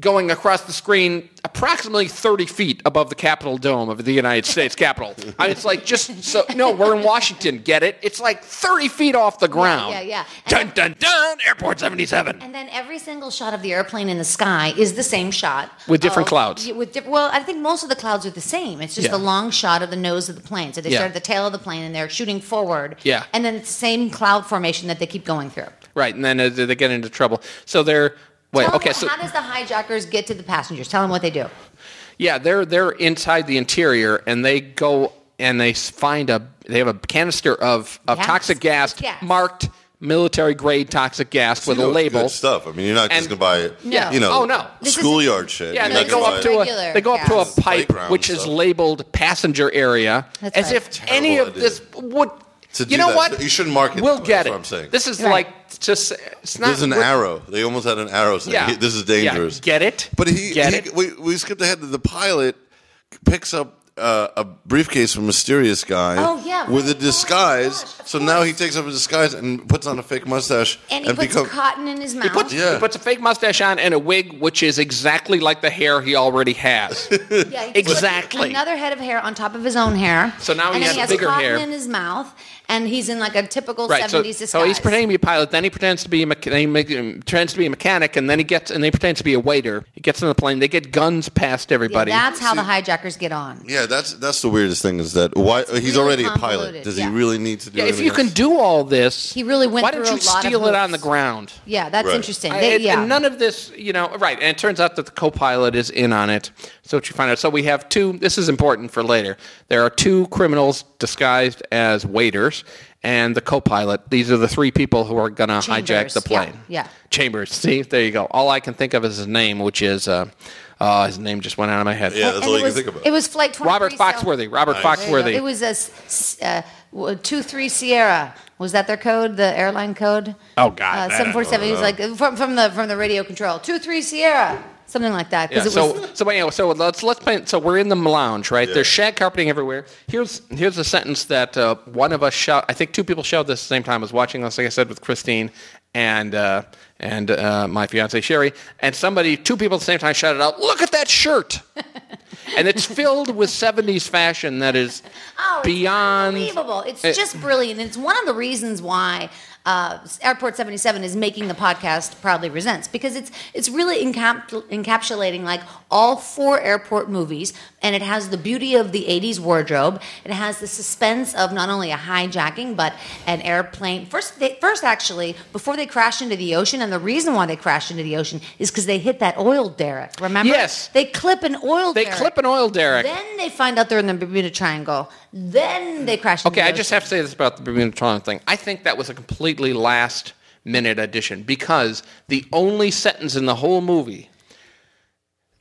[SPEAKER 6] going across the screen approximately 30 feet above the Capitol Dome of the United States Capitol. I mean, it's like just so. No, we're in Washington. Get it? It's like 30 feet off the ground.
[SPEAKER 5] yeah, yeah.
[SPEAKER 6] Dun dun dun. Airport 77.
[SPEAKER 5] And then every single shot of the airplane in the sky is the same shot
[SPEAKER 6] With different
[SPEAKER 5] of-
[SPEAKER 6] clouds.
[SPEAKER 5] yeah, With diff- well, I think most of the clouds are the same. It's just
[SPEAKER 6] Yeah.
[SPEAKER 5] the long shot of the nose of the plane. So they
[SPEAKER 6] Yeah.
[SPEAKER 5] start at the tail of the plane and they're shooting forward.
[SPEAKER 6] Yeah.
[SPEAKER 5] And then it's the same cloud formation that they keep going through.
[SPEAKER 6] Right, and then uh, they get into trouble. So they're wait,
[SPEAKER 5] Tell 'em
[SPEAKER 6] okay,
[SPEAKER 5] what-
[SPEAKER 6] so
[SPEAKER 5] how does the hijackers get to the passengers? Tell them what they do.
[SPEAKER 6] yeah, they're they're inside the interior, and they go and they s- find a they have a canister of, of
[SPEAKER 5] Gas.
[SPEAKER 6] toxic gas,
[SPEAKER 5] Gas.
[SPEAKER 6] marked military grade toxic gas with a label.
[SPEAKER 4] Good stuff. I mean, you're not
[SPEAKER 6] And-
[SPEAKER 4] just going to buy,
[SPEAKER 5] No.
[SPEAKER 4] you know,
[SPEAKER 6] Oh, no.
[SPEAKER 5] This is-
[SPEAKER 4] schoolyard shit.
[SPEAKER 6] Yeah,
[SPEAKER 4] You're
[SPEAKER 6] and
[SPEAKER 4] not
[SPEAKER 5] No,
[SPEAKER 6] they
[SPEAKER 5] this
[SPEAKER 6] go
[SPEAKER 4] gonna
[SPEAKER 5] is
[SPEAKER 6] up
[SPEAKER 4] buy-
[SPEAKER 6] to a
[SPEAKER 5] regular
[SPEAKER 6] they go up to a
[SPEAKER 5] gas.
[SPEAKER 6] pipe
[SPEAKER 4] Playground
[SPEAKER 6] which is
[SPEAKER 4] stuff.
[SPEAKER 6] labeled passenger area,
[SPEAKER 5] That's
[SPEAKER 6] as
[SPEAKER 5] right.
[SPEAKER 6] if any
[SPEAKER 4] Terrible
[SPEAKER 6] of this would.
[SPEAKER 4] To
[SPEAKER 6] you
[SPEAKER 4] do
[SPEAKER 6] know
[SPEAKER 4] that,
[SPEAKER 6] what?
[SPEAKER 4] you shouldn't market
[SPEAKER 6] We'll
[SPEAKER 4] that way,
[SPEAKER 6] get
[SPEAKER 4] that's
[SPEAKER 6] it.
[SPEAKER 4] what I'm saying.
[SPEAKER 6] This is
[SPEAKER 5] Right.
[SPEAKER 6] like just it's not.
[SPEAKER 4] This is an
[SPEAKER 6] we're-
[SPEAKER 4] arrow. They almost had an arrow saying,
[SPEAKER 6] Yeah,
[SPEAKER 4] "Hey, this is
[SPEAKER 6] Yeah.
[SPEAKER 4] dangerous.
[SPEAKER 6] Get it?
[SPEAKER 4] But he,
[SPEAKER 6] Get
[SPEAKER 4] he-
[SPEAKER 6] it?
[SPEAKER 4] We, we skipped ahead to the pilot picks up uh, a briefcase from a mysterious guy
[SPEAKER 5] Oh, yeah,
[SPEAKER 4] with
[SPEAKER 5] right.
[SPEAKER 4] a
[SPEAKER 5] Oh,
[SPEAKER 4] disguise.
[SPEAKER 5] my gosh, of
[SPEAKER 4] so now he
[SPEAKER 5] course.
[SPEAKER 4] takes up his disguise and puts on a fake mustache
[SPEAKER 5] And he puts
[SPEAKER 4] become-
[SPEAKER 5] cotton in his mouth.
[SPEAKER 6] puts,
[SPEAKER 4] Yeah.
[SPEAKER 6] he puts a fake mustache on and a wig, which is exactly like the hair he already has.
[SPEAKER 5] Yeah, he puts
[SPEAKER 6] Exactly.
[SPEAKER 5] Another head of hair on top of his own hair.
[SPEAKER 6] So now
[SPEAKER 5] and
[SPEAKER 6] he
[SPEAKER 5] then
[SPEAKER 6] has
[SPEAKER 5] he has
[SPEAKER 6] bigger
[SPEAKER 5] cotton
[SPEAKER 6] hair.
[SPEAKER 5] in his mouth, and he's in like a typical
[SPEAKER 6] right.
[SPEAKER 5] 70s
[SPEAKER 6] So,
[SPEAKER 5] disguise.
[SPEAKER 6] so he's pretending to be a pilot. Then he pretends to be a mecha- then he make- um, pretends to be a mechanic, and then he gets and then he pretends to be a waiter. He gets on the plane. They get guns past
[SPEAKER 5] Yeah,
[SPEAKER 6] everybody.
[SPEAKER 5] that's how the
[SPEAKER 4] See-
[SPEAKER 5] hijackers get on.
[SPEAKER 4] Yeah, that's that's the weirdest thing is that why he's
[SPEAKER 5] really
[SPEAKER 4] already a
[SPEAKER 5] convoluted,
[SPEAKER 4] pilot. Does
[SPEAKER 5] yeah.
[SPEAKER 4] he really need to do?
[SPEAKER 6] Yeah, if
[SPEAKER 4] anything
[SPEAKER 6] you can
[SPEAKER 4] else?
[SPEAKER 6] do all this,
[SPEAKER 5] He really went
[SPEAKER 6] Why don't
[SPEAKER 5] through
[SPEAKER 6] you
[SPEAKER 5] a lot of
[SPEAKER 6] steal it on the
[SPEAKER 5] hoops.
[SPEAKER 6] ground?
[SPEAKER 5] Yeah, that's
[SPEAKER 4] Right.
[SPEAKER 5] interesting.
[SPEAKER 6] I-
[SPEAKER 5] They,
[SPEAKER 6] and-
[SPEAKER 5] yeah.
[SPEAKER 6] And none of this, you know, right. And it turns out that the co pilot is in on it. So what you find out. So we have two, this is important for later. There are two criminals disguised as waiters and the co pilot. These are the three people who are going to hijack
[SPEAKER 5] Chambers,
[SPEAKER 6] the
[SPEAKER 5] yeah,
[SPEAKER 6] plane.
[SPEAKER 5] yeah.
[SPEAKER 6] Chambers. See, there you go. All I can think of is his name, which is, uh, uh, his name just went out of my head.
[SPEAKER 4] Yeah, that's
[SPEAKER 5] And
[SPEAKER 4] all
[SPEAKER 5] it
[SPEAKER 4] you
[SPEAKER 5] was,
[SPEAKER 4] can think about.
[SPEAKER 5] It was flight 23.
[SPEAKER 6] Robert Foxworthy. Robert Foxworthy.
[SPEAKER 5] It was a s- s- uh, w- 23 Sierra. Was that their code? The airline code?
[SPEAKER 6] Oh, God,
[SPEAKER 5] Uh,
[SPEAKER 6] that I
[SPEAKER 5] 747. It was like from, from the from the radio control. 23 Sierra. Something like that.
[SPEAKER 6] Yeah,
[SPEAKER 5] Because it was
[SPEAKER 6] so so anyway, so let's let's play. So we're in the lounge, right? There's shag carpeting everywhere. Here's here's a sentence that uh, one of us shout. I think two people shouted this at the same time. I was watching this, like I said, with Christine and uh, and uh, my fiance Sherry, and somebody, two people at the same time shouted out, "Look at that shirt!" and it's filled with '70s fashion that is
[SPEAKER 5] Oh, it's
[SPEAKER 6] beyond
[SPEAKER 5] unbelievable! It's
[SPEAKER 6] It-
[SPEAKER 5] just brilliant. It's one of the reasons why uh, Airport Seventy Seven is making the podcast proudly resents because it's it's really encap- encapsulating like all four airport movies, and it has the beauty of the '80s wardrobe. It has the suspense of not only a hijacking but an airplane. First, they, first actually, before they crash into the ocean, and the reason why they crash into the ocean is because they hit that oil derrick. Remember?
[SPEAKER 6] Yes.
[SPEAKER 5] they clip an oil.
[SPEAKER 6] They
[SPEAKER 5] derrick.
[SPEAKER 6] clip an oil derrick.
[SPEAKER 5] Then they find out they're in the Bermuda Triangle. Then they crash. into
[SPEAKER 6] Okay,
[SPEAKER 5] the
[SPEAKER 6] I just
[SPEAKER 5] ocean.
[SPEAKER 6] have to say this about the Bermuda Triangle thing. I think that was a completely last minute addition because the only sentence in the whole movie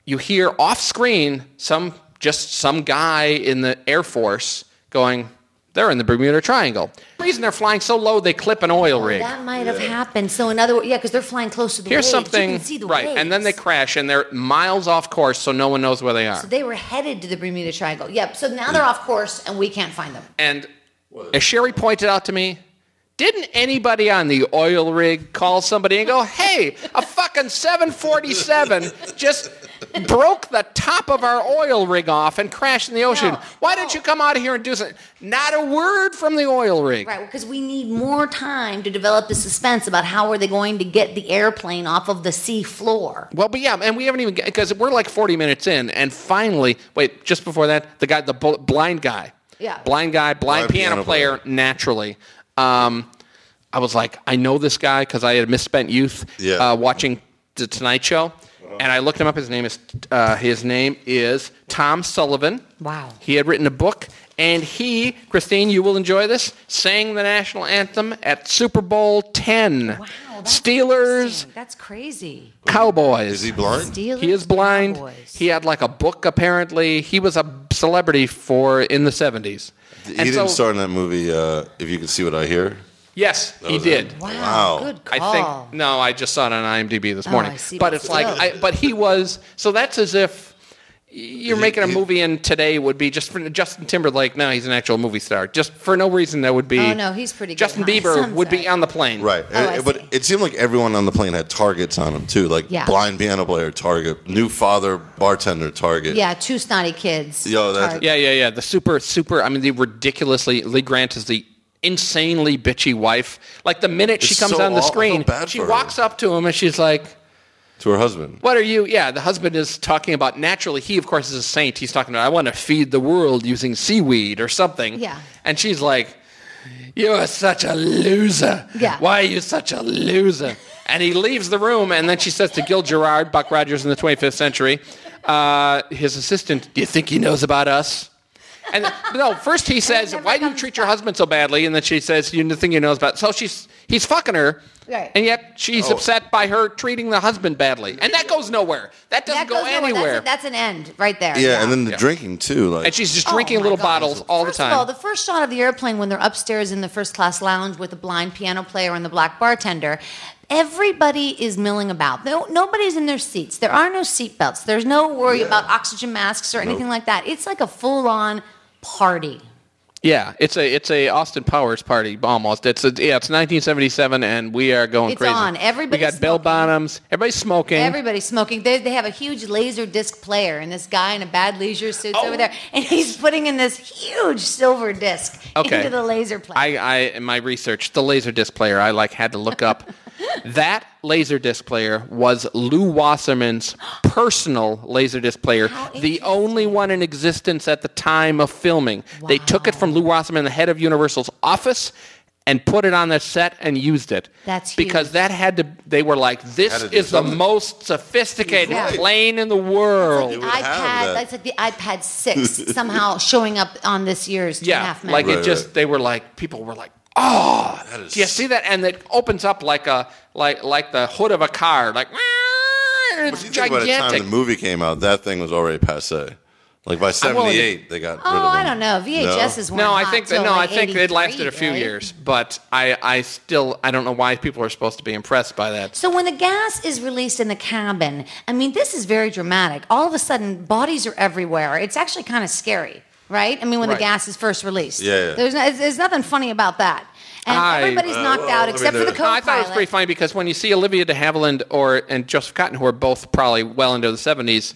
[SPEAKER 6] you hear off screen some just some guy in the Air Force going, They're in the Bermuda Triangle. The reason they're flying so low, they clip an oil rig.
[SPEAKER 5] Oh, That might have happened. So in other words, yeah, because they're flying close to the
[SPEAKER 6] Here's
[SPEAKER 5] waves.
[SPEAKER 6] something
[SPEAKER 5] you can see the
[SPEAKER 6] right, and then they
[SPEAKER 5] waves.
[SPEAKER 6] crash, and they're miles off course, so no one knows where they are.
[SPEAKER 5] So they were headed to the Bermuda Triangle. Yep. So now they're off course and we can't find them.
[SPEAKER 6] and as Sherry pointed out to me, didn't anybody on the oil rig call somebody and go, "Hey, a fucking 747 just broke the top of our oil rig off and crashed in the ocean.
[SPEAKER 5] No,
[SPEAKER 6] Why
[SPEAKER 5] no.
[SPEAKER 6] don't you come out here and do something?" Not a word from the oil rig.
[SPEAKER 5] Right, because we need more time to develop the suspense about how are they going to get the airplane off of the sea floor.
[SPEAKER 6] Well, but yeah, and we haven't even because we're like forty minutes in, and finally, wait, just before that, the guy, the bl- blind guy,
[SPEAKER 5] Yeah.
[SPEAKER 6] blind guy, blind
[SPEAKER 4] Blind
[SPEAKER 6] piano,
[SPEAKER 4] piano
[SPEAKER 6] player,
[SPEAKER 4] player.
[SPEAKER 6] naturally. Um, I was like, I know this guy because I had misspent youth
[SPEAKER 4] Yeah. Uh-huh.
[SPEAKER 6] uh, watching the Tonight Show, and I looked him up. His name is uh, his name is Tom Sullivan.
[SPEAKER 5] Wow.
[SPEAKER 6] he had written a book. And he, Christine, you will enjoy this, sang the national anthem at Super Bowl 10.
[SPEAKER 5] Wow. that's
[SPEAKER 6] Steelers,
[SPEAKER 5] interesting. That's crazy.
[SPEAKER 6] Cowboys.
[SPEAKER 4] Is he blind?
[SPEAKER 5] Steelers.
[SPEAKER 6] He is blind.
[SPEAKER 5] Cowboys.
[SPEAKER 6] He had like a book apparently. He was a celebrity for in the 70s.
[SPEAKER 4] He
[SPEAKER 6] And
[SPEAKER 4] didn't
[SPEAKER 6] so-
[SPEAKER 4] star in that movie. Uh, if you can see what I hear.
[SPEAKER 6] Yes, he
[SPEAKER 4] was it.
[SPEAKER 6] did.
[SPEAKER 5] wow.
[SPEAKER 4] Wow.
[SPEAKER 5] Good call.
[SPEAKER 6] I think no, I just saw it on IMDb this
[SPEAKER 5] Oh,
[SPEAKER 6] morning.
[SPEAKER 5] I see,
[SPEAKER 6] But
[SPEAKER 5] but
[SPEAKER 6] it's like
[SPEAKER 5] still.
[SPEAKER 6] I, but he was so that's as if you're making a movie and today would be just for Justin Timberlake. No, he's an actual movie star. Just for no reason that would be
[SPEAKER 5] Oh, no, he's pretty good
[SPEAKER 6] Justin
[SPEAKER 5] on his
[SPEAKER 6] Bieber
[SPEAKER 5] son's
[SPEAKER 6] would be
[SPEAKER 5] side.
[SPEAKER 6] on the plane.
[SPEAKER 4] Right.
[SPEAKER 5] Oh, I
[SPEAKER 4] Uh, but
[SPEAKER 5] see.
[SPEAKER 4] it seemed like everyone on the plane had targets on them too, like
[SPEAKER 5] Yeah.
[SPEAKER 4] blind piano player target, new father bartender target.
[SPEAKER 5] Yeah, two snotty kids.
[SPEAKER 4] Yo, that's-
[SPEAKER 5] Target.
[SPEAKER 6] Yeah, yeah, yeah. The super, super. I mean, the ridiculously. Lee Grant is the insanely bitchy wife. Like the minute she
[SPEAKER 4] It's
[SPEAKER 6] comes
[SPEAKER 4] so
[SPEAKER 6] on the
[SPEAKER 4] aw- I
[SPEAKER 6] screen,
[SPEAKER 4] felt bad
[SPEAKER 6] she
[SPEAKER 4] for her.
[SPEAKER 6] walks up to him and she's like,
[SPEAKER 4] To her husband.
[SPEAKER 6] "What are you?" Yeah, the husband is talking about naturally. He, of course, is a saint. He's talking about, "I want to feed the world using seaweed or something."
[SPEAKER 5] Yeah.
[SPEAKER 6] and she's like. You are such a loser.
[SPEAKER 5] Yeah.
[SPEAKER 6] Why are you such a loser? And he leaves the room, and then she says to Gil Gerard, Buck Rogers in the 25th century, uh, his assistant, Do you think he knows about us? And no, first he says,
[SPEAKER 5] never
[SPEAKER 6] "Why do you
[SPEAKER 5] comes
[SPEAKER 6] treat your husband so badly?" And then she says, "You think you know about." So she's he's fucking her,
[SPEAKER 5] Right.
[SPEAKER 6] and yet she's
[SPEAKER 4] Oh.
[SPEAKER 6] upset by her treating the husband badly, and that goes nowhere. That
[SPEAKER 5] That
[SPEAKER 6] doesn't go
[SPEAKER 5] goes nowhere. That's a-
[SPEAKER 6] anywhere.
[SPEAKER 5] That's, an end right there.
[SPEAKER 4] Yeah, and then the
[SPEAKER 6] Yeah.
[SPEAKER 4] drinking too. Like
[SPEAKER 6] and she's just
[SPEAKER 5] Oh
[SPEAKER 6] drinking
[SPEAKER 5] my
[SPEAKER 6] little
[SPEAKER 5] God.
[SPEAKER 6] bottles all
[SPEAKER 5] First
[SPEAKER 6] the time.
[SPEAKER 5] of all, the first shot of the airplane when they're upstairs in the first class lounge with the blind piano player and the black bartender, everybody is milling about. No, nobody's in their seats. There are no seat belts. There's no worry about oxygen masks or anything like that. It's like a full on party.
[SPEAKER 6] yeah, it's a it's a Austin Powers party almost. It's a, yeah, it's 1977, and we are going
[SPEAKER 5] It's
[SPEAKER 6] crazy.
[SPEAKER 5] on. Everybody's
[SPEAKER 6] we got bell
[SPEAKER 5] smoking.
[SPEAKER 6] bottoms. Everybody's smoking.
[SPEAKER 5] Everybody's smoking. They, they have a huge laser disc player, and this guy in a bad leisure suit's
[SPEAKER 6] Oh.
[SPEAKER 5] over there, and he's putting in this huge silver disc
[SPEAKER 6] Okay.
[SPEAKER 5] into the laser player.
[SPEAKER 6] I, I in my research, the laser disc player, I like had to look up. that laser disc player was Lou Wasserman's personal laser disc player,
[SPEAKER 5] How
[SPEAKER 6] the only one in existence at the time of filming. They took it
[SPEAKER 5] Wow.
[SPEAKER 6] from Lou Wasserman, the head of Universal's office. And put it on their set and used it.
[SPEAKER 5] That's
[SPEAKER 6] because
[SPEAKER 5] huge.
[SPEAKER 6] that had to. They were like, "This
[SPEAKER 4] Had to do
[SPEAKER 6] is the
[SPEAKER 4] something."
[SPEAKER 6] most sophisticated
[SPEAKER 5] Yeah.
[SPEAKER 6] plane in the world."
[SPEAKER 5] the
[SPEAKER 4] would have
[SPEAKER 5] iPad.
[SPEAKER 4] that.
[SPEAKER 5] That's like the iPad six somehow showing up on this year's two and a
[SPEAKER 6] Yeah,
[SPEAKER 5] half
[SPEAKER 6] like
[SPEAKER 5] Men.
[SPEAKER 6] it
[SPEAKER 4] Right,
[SPEAKER 6] just
[SPEAKER 4] right.
[SPEAKER 6] they were like people were like, oh,
[SPEAKER 4] That is-
[SPEAKER 6] do you see that? And it opens up like a like like the hood of a car, like "Wah!" it's
[SPEAKER 4] But you think by the time
[SPEAKER 6] gigantic.
[SPEAKER 4] the movie came out, that thing was already passe. Like by '78, they got. rid
[SPEAKER 5] Uh, oh,
[SPEAKER 4] of
[SPEAKER 5] I
[SPEAKER 4] them.
[SPEAKER 5] don't know. VHS is
[SPEAKER 6] No, I think that, no, I think it lasted a few
[SPEAKER 5] right?
[SPEAKER 6] years, but I I still I don't know why people are supposed to be impressed by that.
[SPEAKER 5] So when the gas is released in the cabin, I mean, this is very dramatic. All of a sudden, bodies are everywhere. It's actually kind of scary, right? I mean, when
[SPEAKER 6] Right.
[SPEAKER 5] the gas is first released,
[SPEAKER 4] Yeah, yeah.
[SPEAKER 5] There's, no, there's nothing funny about that. And
[SPEAKER 6] I-
[SPEAKER 5] everybody's
[SPEAKER 6] Uh,
[SPEAKER 5] knocked
[SPEAKER 4] well, I
[SPEAKER 5] out
[SPEAKER 4] mean,
[SPEAKER 5] except for
[SPEAKER 4] the-
[SPEAKER 5] the
[SPEAKER 6] No, I thought it was pretty
[SPEAKER 5] co-pilot.
[SPEAKER 6] funny because when you see Olivia de Havilland or and Joseph Cotton, who are both probably well into the seventies,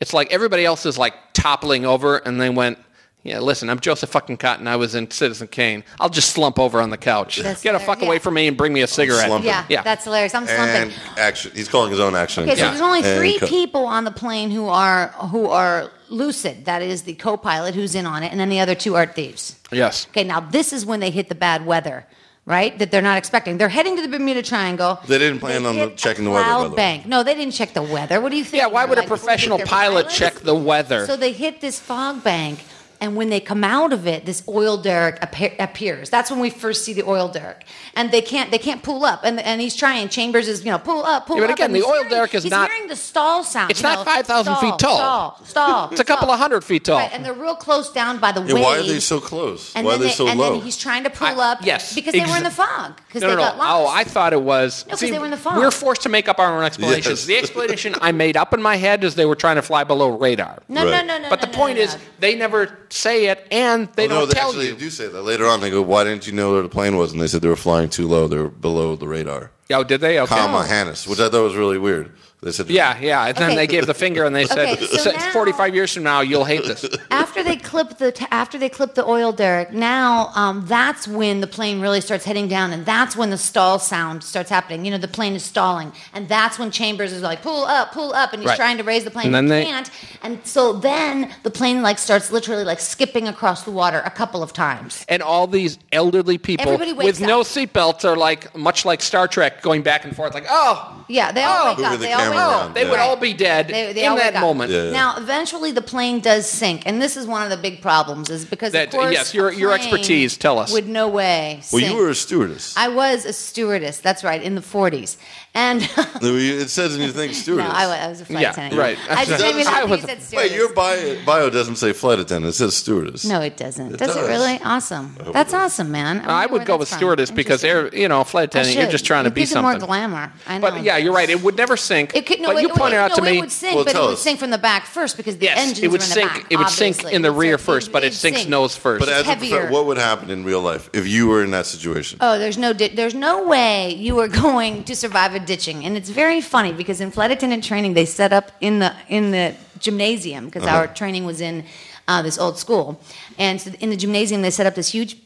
[SPEAKER 6] it's like everybody else is like toppling over, and they went, "Yeah, listen, I'm Joseph fucking Cotton. I was in Citizen Kane. I'll just slump over on the couch.
[SPEAKER 5] That's
[SPEAKER 6] Get a
[SPEAKER 5] fair,
[SPEAKER 6] fuck
[SPEAKER 5] yeah.
[SPEAKER 6] away from me and bring me a cigarette."
[SPEAKER 4] slumping.
[SPEAKER 5] Yeah,
[SPEAKER 6] Yeah.
[SPEAKER 5] that's hilarious. I'm slumping.
[SPEAKER 4] And action. He's calling his own action.
[SPEAKER 5] Okay, so
[SPEAKER 6] Yeah.
[SPEAKER 5] there's only
[SPEAKER 4] And
[SPEAKER 5] three
[SPEAKER 4] co-
[SPEAKER 5] people on the plane who are who are lucid. That is the co-pilot who's in on it, and then the other two are thieves.
[SPEAKER 6] Yes.
[SPEAKER 5] Okay, now this is when they hit the bad weather, right? That they're not expecting. They're heading to the Bermuda Triangle.
[SPEAKER 4] They didn't plan on
[SPEAKER 5] hit
[SPEAKER 4] checking
[SPEAKER 5] a
[SPEAKER 4] the weather, by
[SPEAKER 5] cloud
[SPEAKER 4] the way.
[SPEAKER 5] bank. No, they didn't check the weather. What do you think?
[SPEAKER 6] Yeah. Why would a
[SPEAKER 5] Like, you think
[SPEAKER 6] professional
[SPEAKER 5] they're
[SPEAKER 6] pilot
[SPEAKER 5] pilots?
[SPEAKER 6] check the weather?
[SPEAKER 5] So they hit this fog bank. And when they come out of it, this oil derrick appa- appears. That's when we first see the oil derrick. And they can't they can't pull up. And and he's trying. Chambers is you know pull up, pull
[SPEAKER 6] Yeah, but
[SPEAKER 5] up.
[SPEAKER 6] again,
[SPEAKER 5] and
[SPEAKER 6] the
[SPEAKER 5] he's
[SPEAKER 6] oil
[SPEAKER 5] hearing-
[SPEAKER 6] derrick is
[SPEAKER 5] he's
[SPEAKER 6] not-
[SPEAKER 5] hearing the stall sound.
[SPEAKER 6] It's
[SPEAKER 5] you
[SPEAKER 6] not
[SPEAKER 5] know,
[SPEAKER 6] 5,000 feet
[SPEAKER 5] stall,
[SPEAKER 6] tall.
[SPEAKER 5] Stall, stall.
[SPEAKER 6] It's a couple
[SPEAKER 5] stall.
[SPEAKER 6] of hundred feet tall.
[SPEAKER 5] Right, and they're real close down by the
[SPEAKER 4] Yeah,
[SPEAKER 5] wave.
[SPEAKER 4] why are they so close?
[SPEAKER 5] And
[SPEAKER 4] why are
[SPEAKER 5] then
[SPEAKER 4] they so
[SPEAKER 5] and
[SPEAKER 4] low?
[SPEAKER 5] then he's trying to pull
[SPEAKER 6] I-
[SPEAKER 5] up.
[SPEAKER 6] yes,
[SPEAKER 5] because they were in
[SPEAKER 6] exa-
[SPEAKER 5] the fog. Because
[SPEAKER 6] No,
[SPEAKER 5] they
[SPEAKER 6] no, no.
[SPEAKER 5] got lost.
[SPEAKER 6] Oh, I thought it was.
[SPEAKER 5] No, 'cause
[SPEAKER 6] See,
[SPEAKER 5] they were in the fog.
[SPEAKER 6] We're forced to make up our own explanations.
[SPEAKER 4] Yes.
[SPEAKER 6] The explanation I made up in my head is they were trying to fly below radar.
[SPEAKER 5] no, no,
[SPEAKER 4] Right.
[SPEAKER 5] no, no.
[SPEAKER 6] but the
[SPEAKER 5] no, no,
[SPEAKER 6] point
[SPEAKER 5] no,
[SPEAKER 6] is,
[SPEAKER 5] no.
[SPEAKER 6] they never say it, and they
[SPEAKER 4] Oh, no,
[SPEAKER 6] don't
[SPEAKER 4] they
[SPEAKER 6] tell
[SPEAKER 4] actually
[SPEAKER 6] you.
[SPEAKER 4] do say that later on. They go, "Why didn't you know where the plane was?" And they said they were flying too low. They were below the radar.
[SPEAKER 6] Oh, did they? Okay.
[SPEAKER 4] Comma Hannes, which I thought was really weird. They said,
[SPEAKER 6] Yeah, yeah. And then
[SPEAKER 5] Okay.
[SPEAKER 6] they gave the finger and they said,
[SPEAKER 5] Okay, so
[SPEAKER 6] "Se-
[SPEAKER 5] now-
[SPEAKER 6] 45 years from now, you'll hate this.
[SPEAKER 5] after they clip the t- after they clip the oil derrick now um, that's when the plane really starts heading down and that's when the stall sound starts happening you know the plane is stalling and that's when chambers is like pull up pull up and he's
[SPEAKER 6] Right.
[SPEAKER 5] trying to raise the plane
[SPEAKER 6] And then
[SPEAKER 5] he
[SPEAKER 6] they-
[SPEAKER 5] can't and so then the plane like starts literally like skipping across the water a couple of times
[SPEAKER 6] And all these elderly people
[SPEAKER 5] Everybody wakes
[SPEAKER 6] with no
[SPEAKER 5] up.
[SPEAKER 6] seatbelts are like, much like Star Trek, going back and forth, like, oh,
[SPEAKER 5] yeah they all
[SPEAKER 6] Oh.
[SPEAKER 5] wake
[SPEAKER 4] Moving
[SPEAKER 5] up
[SPEAKER 4] the
[SPEAKER 5] they all
[SPEAKER 4] camera
[SPEAKER 5] wake up
[SPEAKER 4] around,
[SPEAKER 6] they would
[SPEAKER 4] Yeah.
[SPEAKER 6] all be dead
[SPEAKER 5] They- they all
[SPEAKER 6] in
[SPEAKER 5] wake
[SPEAKER 6] that
[SPEAKER 5] up.
[SPEAKER 6] moment.
[SPEAKER 4] Yeah.
[SPEAKER 5] Now, eventually, the plane does sink, and this is one of the big problems, is because
[SPEAKER 6] That-
[SPEAKER 5] of course,
[SPEAKER 6] yes, your-
[SPEAKER 5] a
[SPEAKER 6] your
[SPEAKER 5] plane
[SPEAKER 6] expertise, tell us.
[SPEAKER 5] would no way.
[SPEAKER 4] "Well,
[SPEAKER 5] sink.
[SPEAKER 4] you were a stewardess."
[SPEAKER 5] I was a stewardess. That's right, in the 40s. And
[SPEAKER 4] it says in your thing,
[SPEAKER 5] no,
[SPEAKER 4] stewardess.
[SPEAKER 5] I was, I was a flight
[SPEAKER 6] Yeah,
[SPEAKER 5] attendant.
[SPEAKER 6] right.
[SPEAKER 5] I just made me
[SPEAKER 4] I
[SPEAKER 5] laugh when
[SPEAKER 6] was-
[SPEAKER 5] you said stewardess.
[SPEAKER 4] Wait, your bio, bio doesn't say flight attendant. It says stewardess.
[SPEAKER 5] no, it doesn't.
[SPEAKER 4] It
[SPEAKER 5] does,
[SPEAKER 4] does.
[SPEAKER 5] it really? Awesome.
[SPEAKER 4] hope
[SPEAKER 5] That's
[SPEAKER 4] it does.
[SPEAKER 5] awesome, man.
[SPEAKER 6] I
[SPEAKER 5] wonder
[SPEAKER 6] would
[SPEAKER 5] where
[SPEAKER 6] go
[SPEAKER 5] that's
[SPEAKER 6] with
[SPEAKER 5] from.
[SPEAKER 6] stewardess because air,
[SPEAKER 5] Interesting.
[SPEAKER 6] you know, flight
[SPEAKER 5] I
[SPEAKER 6] attendant, you're
[SPEAKER 5] should.
[SPEAKER 6] just trying to
[SPEAKER 5] You
[SPEAKER 6] be
[SPEAKER 5] give it more
[SPEAKER 6] something.
[SPEAKER 5] glamour. I know.
[SPEAKER 6] But yeah, you're right. It would never sink.
[SPEAKER 5] It could, no,
[SPEAKER 6] but
[SPEAKER 5] it,
[SPEAKER 6] you pointed
[SPEAKER 5] it,
[SPEAKER 6] out
[SPEAKER 5] no,
[SPEAKER 6] to me
[SPEAKER 5] it would sink,
[SPEAKER 4] Well,
[SPEAKER 5] but it
[SPEAKER 4] tell
[SPEAKER 5] would
[SPEAKER 4] us.
[SPEAKER 5] sink from the back first because the
[SPEAKER 6] Yes,
[SPEAKER 5] engines
[SPEAKER 6] it would
[SPEAKER 5] were in
[SPEAKER 6] sink.
[SPEAKER 5] the back.
[SPEAKER 6] it would sink
[SPEAKER 5] obviously.
[SPEAKER 6] in the
[SPEAKER 5] So
[SPEAKER 6] rear
[SPEAKER 5] it'd
[SPEAKER 6] first, but it
[SPEAKER 5] it'd
[SPEAKER 6] sinks
[SPEAKER 5] sink.
[SPEAKER 6] nose first.
[SPEAKER 4] But as a
[SPEAKER 5] heavier.
[SPEAKER 4] profe- what would happen in real life if you were in that situation?
[SPEAKER 5] Oh, there's no di- there's no way you are going to survive a ditching, and it's very funny because in flight attendant training they set up in the in the gymnasium because our training was in uh, this old school, and so in the gymnasium they set up this huge.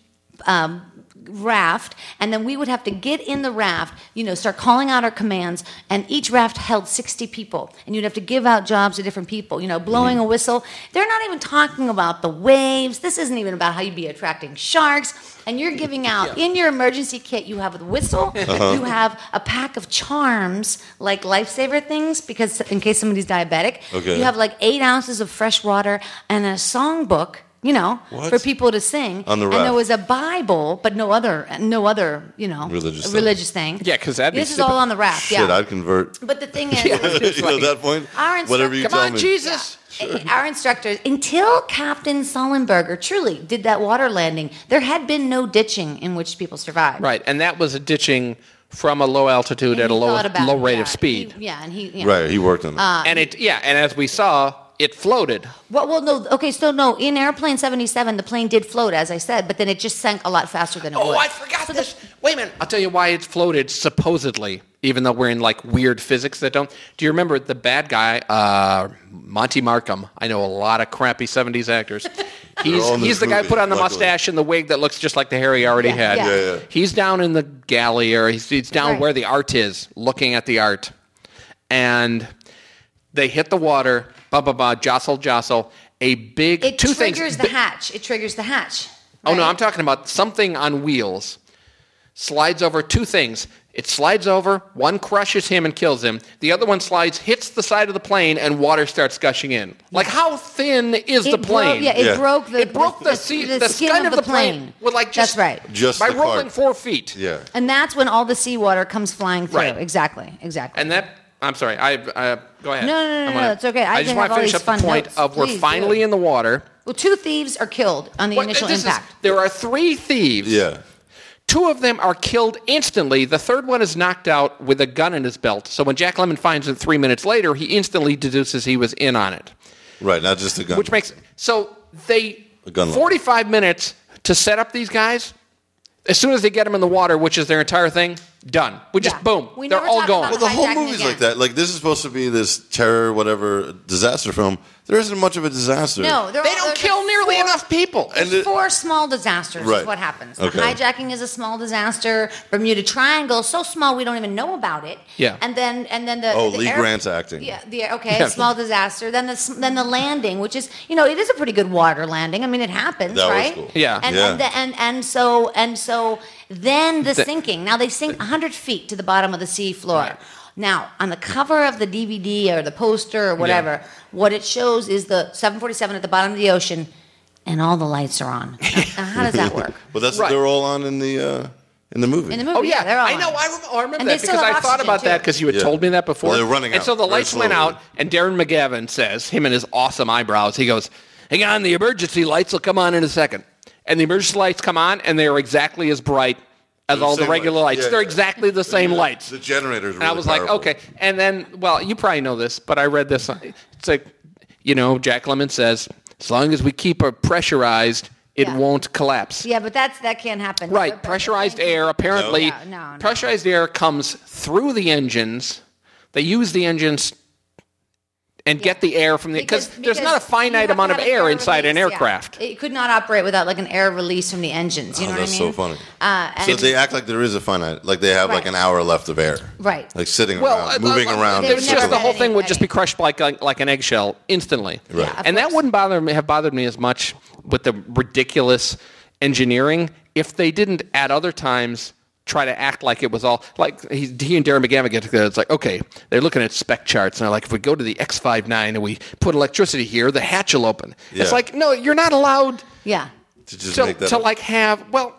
[SPEAKER 5] Um, raft and then we would have to get in the raft you know start calling out our commands and each raft held 60 people and you'd have to give out jobs to different people you know blowing
[SPEAKER 4] Mm-hmm.
[SPEAKER 5] a whistle they're not even talking about the waves this isn't even about how you'd be attracting sharks and you're giving out in your emergency kit you have a whistle
[SPEAKER 4] Uh-huh.
[SPEAKER 5] you have a pack of charms like lifesaver things because in case somebody's diabetic
[SPEAKER 4] Okay.
[SPEAKER 5] you have like eight ounces of fresh water and a songbook you know
[SPEAKER 4] What?
[SPEAKER 5] for people to sing
[SPEAKER 4] On the
[SPEAKER 5] and there
[SPEAKER 4] raft.
[SPEAKER 5] was a Bible, but no other, no other, you know,
[SPEAKER 4] Religious thing.
[SPEAKER 5] religious thing.
[SPEAKER 6] Yeah, 'cause that'd be
[SPEAKER 5] this is
[SPEAKER 6] stupid.
[SPEAKER 5] all on the raft.
[SPEAKER 4] Shit,
[SPEAKER 5] yeah,
[SPEAKER 4] I'd convert.
[SPEAKER 5] but the thing is,
[SPEAKER 4] you know, at that point,
[SPEAKER 5] Our
[SPEAKER 4] whatever you
[SPEAKER 5] instructor-
[SPEAKER 6] Come
[SPEAKER 4] tell
[SPEAKER 6] on,
[SPEAKER 4] me.
[SPEAKER 6] Jesus.
[SPEAKER 5] eh, our instructors, until Captain Sullenberger truly did that water landing, there had been no ditching in which people survived.
[SPEAKER 6] Right, and that was a ditching from a low altitude
[SPEAKER 5] And
[SPEAKER 6] at a
[SPEAKER 5] he
[SPEAKER 6] low
[SPEAKER 5] thought about
[SPEAKER 6] low rate
[SPEAKER 5] that.
[SPEAKER 6] of speed.
[SPEAKER 5] He- yeah, and he yeah.
[SPEAKER 4] Right, he worked on it.
[SPEAKER 5] Uh,
[SPEAKER 6] and it yeah, and as we saw, it floated.
[SPEAKER 5] Well, well, no, okay, so no, in airplane seventy-seven, the plane did float, as I said, but then it just sank a lot faster than it
[SPEAKER 6] Oh,
[SPEAKER 5] would.
[SPEAKER 6] I forgot
[SPEAKER 5] So the-
[SPEAKER 6] this. Wait a minute. I'll tell you why it floated supposedly, even though we're in like weird physics that don't. Do you remember the bad guy, uh, Monty Markham? I know a lot of crappy 70s actors. He's,
[SPEAKER 4] all in this
[SPEAKER 6] he's the guy who
[SPEAKER 4] movie,
[SPEAKER 6] put on the
[SPEAKER 4] luckily.
[SPEAKER 6] mustache and the wig that looks just like the hair he already
[SPEAKER 5] Yeah,
[SPEAKER 6] had.
[SPEAKER 5] yeah.
[SPEAKER 4] Yeah, yeah.
[SPEAKER 6] He's down in the galley or he's, he's down
[SPEAKER 5] Right.
[SPEAKER 6] where the art is, looking at the art. And they hit the water, ba ba ba, jostle, jostle. A big
[SPEAKER 5] it
[SPEAKER 6] two
[SPEAKER 5] triggers
[SPEAKER 6] things.
[SPEAKER 5] the hatch. It triggers the hatch.
[SPEAKER 6] Oh no,
[SPEAKER 5] right?
[SPEAKER 6] I'm talking about something on wheels. Slides over two things. It slides over, one crushes him and kills him. The other one slides, hits the side of the plane, and water starts gushing in. Like how thin is the
[SPEAKER 5] broke-
[SPEAKER 6] plane?
[SPEAKER 5] yeah, it
[SPEAKER 4] Yeah.
[SPEAKER 5] broke the
[SPEAKER 6] It broke the, sea, the,
[SPEAKER 5] skin
[SPEAKER 6] side
[SPEAKER 5] of the plane.
[SPEAKER 6] with like just
[SPEAKER 5] That's right.
[SPEAKER 4] Just
[SPEAKER 6] by
[SPEAKER 4] the
[SPEAKER 6] rolling
[SPEAKER 4] cart.
[SPEAKER 6] four feet.
[SPEAKER 4] yeah.
[SPEAKER 5] And that's when all the seawater comes flying through.
[SPEAKER 6] Right.
[SPEAKER 5] Exactly. Exactly.
[SPEAKER 6] And that I'm sorry. I uh, go ahead.
[SPEAKER 5] No, no, no,
[SPEAKER 6] I'm
[SPEAKER 5] no,
[SPEAKER 6] gonna-
[SPEAKER 5] no, it's okay. I
[SPEAKER 6] just
[SPEAKER 5] have
[SPEAKER 6] want to
[SPEAKER 5] all
[SPEAKER 6] finish
[SPEAKER 5] these
[SPEAKER 6] up
[SPEAKER 5] fun
[SPEAKER 6] the point
[SPEAKER 5] notes.
[SPEAKER 6] of we're
[SPEAKER 5] Please do.
[SPEAKER 6] finally in the water.
[SPEAKER 5] well, two thieves are killed on the
[SPEAKER 6] What-
[SPEAKER 5] initial
[SPEAKER 6] this is-
[SPEAKER 5] impact.
[SPEAKER 6] there are three thieves.
[SPEAKER 4] Yeah.
[SPEAKER 6] Two of them are killed instantly. The third one is knocked out with a gun in his belt. So when Jack Lemon finds it three minutes later, he instantly deduces he was in on it,
[SPEAKER 4] Right, not just a gun.
[SPEAKER 6] which makes so they
[SPEAKER 4] A gun lock.
[SPEAKER 6] forty-five minutes to set up these guys. As soon as they get them in the water, which is their entire thing, done. We just
[SPEAKER 5] Yeah.
[SPEAKER 6] boom,
[SPEAKER 5] We
[SPEAKER 6] they're
[SPEAKER 5] never
[SPEAKER 6] all
[SPEAKER 5] talk
[SPEAKER 6] gone.
[SPEAKER 5] about
[SPEAKER 4] well, the whole
[SPEAKER 5] hijacking
[SPEAKER 4] movie's
[SPEAKER 5] again.
[SPEAKER 4] like that. Like this is supposed to be this terror, whatever disaster film. There isn't much of a disaster.
[SPEAKER 5] no, there
[SPEAKER 6] they
[SPEAKER 5] are-
[SPEAKER 6] don't
[SPEAKER 5] there's
[SPEAKER 6] kill
[SPEAKER 5] like
[SPEAKER 6] nearly
[SPEAKER 5] four-
[SPEAKER 6] enough people.
[SPEAKER 4] And
[SPEAKER 5] there's
[SPEAKER 4] it-
[SPEAKER 5] four small disasters
[SPEAKER 4] Right.
[SPEAKER 5] is what happens.
[SPEAKER 4] Okay.
[SPEAKER 5] The hijacking is a small disaster. Bermuda Triangle, so small we don't even know about it.
[SPEAKER 6] Yeah.
[SPEAKER 5] And then and then the
[SPEAKER 4] Oh,
[SPEAKER 5] the
[SPEAKER 4] Lee
[SPEAKER 5] air-
[SPEAKER 4] Grant's acting.
[SPEAKER 5] Yeah. The okay,
[SPEAKER 6] Yeah.
[SPEAKER 5] small disaster. Then the s- then the landing, which is you know it is a pretty good water landing. I mean it happens,
[SPEAKER 4] That was
[SPEAKER 5] right?
[SPEAKER 4] cool.
[SPEAKER 6] Yeah.
[SPEAKER 5] And
[SPEAKER 4] Yeah.
[SPEAKER 5] and, the, and and so and so then the
[SPEAKER 6] The-
[SPEAKER 5] sinking. Now they sink 100 feet to the bottom of the sea floor.
[SPEAKER 6] Right.
[SPEAKER 5] Now, on the cover of the DVD or the poster or whatever, what it shows is the 747 at the bottom of the ocean and all the lights are on. Now, now how does that work?
[SPEAKER 4] Well, that's
[SPEAKER 6] Right.
[SPEAKER 4] what they're all on in the uh, in the movie.
[SPEAKER 5] In the movie,
[SPEAKER 6] Oh yeah,
[SPEAKER 5] they're all
[SPEAKER 6] I
[SPEAKER 5] on.
[SPEAKER 6] know. I, rem- oh, I remember
[SPEAKER 5] And they
[SPEAKER 6] that
[SPEAKER 5] still
[SPEAKER 6] because
[SPEAKER 5] have
[SPEAKER 6] I thought
[SPEAKER 5] oxygen,
[SPEAKER 6] about
[SPEAKER 5] too.
[SPEAKER 6] that because you had
[SPEAKER 4] Yeah.
[SPEAKER 6] told me that before.
[SPEAKER 4] Well, they're running
[SPEAKER 6] and
[SPEAKER 4] out
[SPEAKER 6] so the
[SPEAKER 4] very
[SPEAKER 6] lights went
[SPEAKER 4] slowly.
[SPEAKER 6] out, and Darren McGavin says, him and his awesome eyebrows, he goes, "Hang on, the emergency lights will come on in a second. And the emergency lights come on, and they are exactly as bright as
[SPEAKER 4] the
[SPEAKER 6] all the
[SPEAKER 4] same
[SPEAKER 6] regular
[SPEAKER 4] lights.
[SPEAKER 6] lights.
[SPEAKER 4] Yeah,
[SPEAKER 6] They're
[SPEAKER 4] yeah.
[SPEAKER 6] exactly the same lights.
[SPEAKER 4] the generators.
[SPEAKER 6] And I was like, okay. And then, well, you probably know this, but I read this. on- It's like, you know, Jack Lemon says, as long as we keep her pressurized, it
[SPEAKER 5] Yeah.
[SPEAKER 6] won't collapse.
[SPEAKER 5] Yeah, but that's that can't happen.
[SPEAKER 6] Right.
[SPEAKER 5] But- but-
[SPEAKER 6] Pressurized air, apparently.
[SPEAKER 5] No. No, no, no.
[SPEAKER 6] Pressurized air comes through the engines. They use the engines and get the air from the because there's not a
[SPEAKER 5] because you
[SPEAKER 6] finite
[SPEAKER 5] have
[SPEAKER 6] amount
[SPEAKER 5] to
[SPEAKER 6] of
[SPEAKER 5] have an
[SPEAKER 6] air inside an
[SPEAKER 5] release, yeah.
[SPEAKER 6] aircraft.
[SPEAKER 5] It could not operate without like an air release from the engines. You know
[SPEAKER 4] Oh, that's
[SPEAKER 5] what I
[SPEAKER 4] so
[SPEAKER 5] mean?
[SPEAKER 4] funny.
[SPEAKER 5] Uh, and
[SPEAKER 4] so they act like there is a finite, like they have like an
[SPEAKER 5] Right.
[SPEAKER 4] hour left of air,
[SPEAKER 5] Right.
[SPEAKER 4] Like sitting
[SPEAKER 6] Well,
[SPEAKER 4] around,
[SPEAKER 6] uh,
[SPEAKER 4] moving
[SPEAKER 6] uh,
[SPEAKER 4] around.
[SPEAKER 5] They've
[SPEAKER 4] and
[SPEAKER 6] It's
[SPEAKER 5] never
[SPEAKER 4] sitting.
[SPEAKER 6] just the
[SPEAKER 5] had
[SPEAKER 6] whole
[SPEAKER 5] any-
[SPEAKER 6] thing would just be
[SPEAKER 5] any-
[SPEAKER 6] crushed like, like like an eggshell instantly.
[SPEAKER 4] Right. Yeah, of
[SPEAKER 6] and that
[SPEAKER 5] course.
[SPEAKER 6] wouldn't bother me have bothered me as much with the ridiculous engineering if they didn't at other times try to act like it was all like he, he and Darren McGavin get together. It's like okay, they're looking at spec charts and they're like, if we go to the X59 and we put electricity here, the hatch will open.
[SPEAKER 4] Yeah.
[SPEAKER 6] It's like no, you're not allowed
[SPEAKER 5] yeah.
[SPEAKER 4] to just
[SPEAKER 6] to,
[SPEAKER 4] make that
[SPEAKER 6] to
[SPEAKER 4] up.
[SPEAKER 6] like have well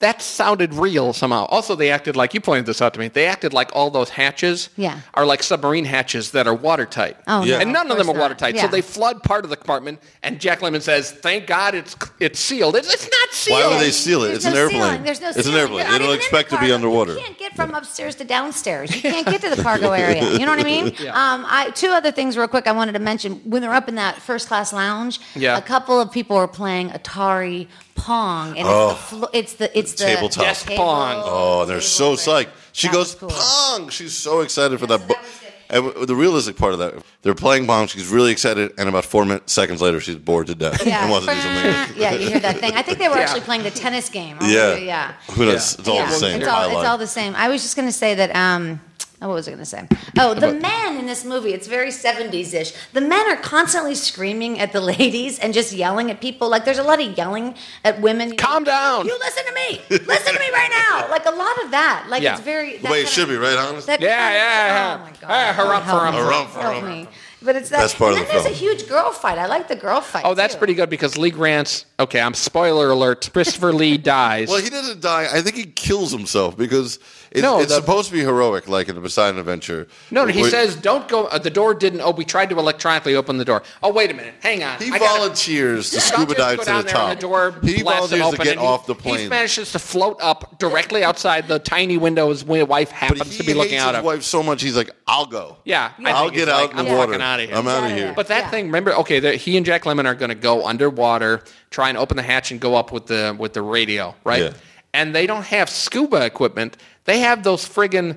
[SPEAKER 6] that sounded real somehow also they acted like you pointed this out to me they acted like all those hatches
[SPEAKER 5] Yeah.
[SPEAKER 6] are like submarine hatches that are watertight
[SPEAKER 5] Oh,
[SPEAKER 4] Yeah. no,
[SPEAKER 6] and none
[SPEAKER 5] of
[SPEAKER 6] of them are
[SPEAKER 5] course not.
[SPEAKER 6] watertight so
[SPEAKER 5] Yeah.
[SPEAKER 6] they flood part of the compartment and jack lemon says thank god it's it's sealed it's, it's not sealed
[SPEAKER 4] Why would they seal it?
[SPEAKER 5] There's
[SPEAKER 4] it's
[SPEAKER 5] no
[SPEAKER 4] an airplane.
[SPEAKER 5] ceiling. There's no
[SPEAKER 4] it's an
[SPEAKER 5] ceiling.
[SPEAKER 4] airplane.
[SPEAKER 5] You're not
[SPEAKER 4] They don't
[SPEAKER 5] even in the
[SPEAKER 4] expect to be
[SPEAKER 5] cargo.
[SPEAKER 4] underwater.
[SPEAKER 5] You can't get from upstairs to downstairs. You can't get to the cargo area. You know what I mean? Um, I, two other things, real quick, I wanted to mention. When they're up in that first class lounge,
[SPEAKER 6] Yeah.
[SPEAKER 5] a couple of people are playing Atari Pong, and it's, the flo- it's the it's the
[SPEAKER 4] Oh. Tabletop.
[SPEAKER 6] Desk Pong.
[SPEAKER 4] Oh, and they're so
[SPEAKER 5] table, right.
[SPEAKER 4] psyched. She
[SPEAKER 5] That
[SPEAKER 4] goes,
[SPEAKER 5] was cool.
[SPEAKER 4] Pong! She's so excited for
[SPEAKER 5] Yeah,
[SPEAKER 4] that
[SPEAKER 5] so
[SPEAKER 4] book.
[SPEAKER 5] that was good.
[SPEAKER 4] And w- the realistic part of that, they're playing Pong. She's really excited, and about four min- seconds later, she's bored to death
[SPEAKER 5] Yeah.
[SPEAKER 4] and wants to do something. else.
[SPEAKER 5] yeah, you hear that thing. I think they were actually playing the tennis game. Oh,
[SPEAKER 4] Yeah.
[SPEAKER 5] yeah.
[SPEAKER 4] Who knows? It's all
[SPEAKER 5] Yeah,
[SPEAKER 4] the same.
[SPEAKER 5] It's all,
[SPEAKER 4] I
[SPEAKER 5] it's
[SPEAKER 4] lied.
[SPEAKER 5] all the same. I was just going to say that. Um, oh, what was I going to say? Oh, the men in this movie, it's very 70s ish. The men are constantly screaming at the ladies and just yelling at people. Like, there's a lot of yelling at women. You know,
[SPEAKER 6] Calm down.
[SPEAKER 5] You listen to me. listen to me right now. Like, a lot of that. Like,
[SPEAKER 6] Yeah.
[SPEAKER 5] it's very.
[SPEAKER 4] the
[SPEAKER 5] that
[SPEAKER 4] way it
[SPEAKER 5] kind
[SPEAKER 4] should
[SPEAKER 5] of-
[SPEAKER 4] be, right, Hans?
[SPEAKER 5] that
[SPEAKER 6] Yeah,
[SPEAKER 5] kind of-
[SPEAKER 6] yeah, Ah,
[SPEAKER 5] Oh, my God.
[SPEAKER 6] yeah. Hurrah,
[SPEAKER 5] Help
[SPEAKER 6] hurrah,
[SPEAKER 5] me.
[SPEAKER 4] hurrah,
[SPEAKER 5] Help
[SPEAKER 4] hurrah.
[SPEAKER 5] me. But it's that.
[SPEAKER 4] Best part
[SPEAKER 5] and
[SPEAKER 4] of
[SPEAKER 5] then
[SPEAKER 4] the
[SPEAKER 5] there's a huge girl fight. I like the girl fight.
[SPEAKER 6] oh that's
[SPEAKER 5] too.
[SPEAKER 6] pretty good because lee grant's okay i'm spoiler alert christopher lee dies
[SPEAKER 4] Well, he doesn't die. I think he kills himself because it,
[SPEAKER 6] No,
[SPEAKER 4] it's
[SPEAKER 6] the-
[SPEAKER 4] supposed to be heroic, like in the Poseidon Adventure.
[SPEAKER 6] no, no, he
[SPEAKER 4] Where-
[SPEAKER 6] says, "Don't go." Uh, the door didn't. Oh, we tried to electronically open the door. Oh, wait a minute. Hang on.
[SPEAKER 4] He
[SPEAKER 6] I gotta-
[SPEAKER 4] volunteers to
[SPEAKER 6] Don't
[SPEAKER 4] scuba
[SPEAKER 6] just
[SPEAKER 4] dive
[SPEAKER 6] go
[SPEAKER 4] to the
[SPEAKER 6] down there and
[SPEAKER 4] top.
[SPEAKER 6] The door
[SPEAKER 4] he
[SPEAKER 6] blasts
[SPEAKER 4] volunteers
[SPEAKER 6] him
[SPEAKER 4] to
[SPEAKER 6] open
[SPEAKER 4] get
[SPEAKER 6] and he-
[SPEAKER 4] off the
[SPEAKER 6] He
[SPEAKER 4] plane.
[SPEAKER 6] manages to float up directly outside the tiny window his wi- wife
[SPEAKER 4] But
[SPEAKER 6] happens
[SPEAKER 4] he
[SPEAKER 6] to be looking
[SPEAKER 4] hates
[SPEAKER 6] out
[SPEAKER 4] his
[SPEAKER 6] of.
[SPEAKER 4] wife so much, he's like, "I'll go.
[SPEAKER 6] Yeah, I
[SPEAKER 4] I'll
[SPEAKER 6] think he's
[SPEAKER 4] get out
[SPEAKER 6] like,
[SPEAKER 4] in the
[SPEAKER 6] I'm
[SPEAKER 4] water.
[SPEAKER 6] fucking outta here.
[SPEAKER 4] I'm out of
[SPEAKER 5] Yeah,
[SPEAKER 4] here."
[SPEAKER 6] But that
[SPEAKER 5] Yeah.
[SPEAKER 6] thing, remember? Okay, there, he and Jack Lemon are going to go underwater, try and open the hatch and go up with the with the radio, right?
[SPEAKER 4] Yeah.
[SPEAKER 6] And they don't have scuba equipment. They have those friggin'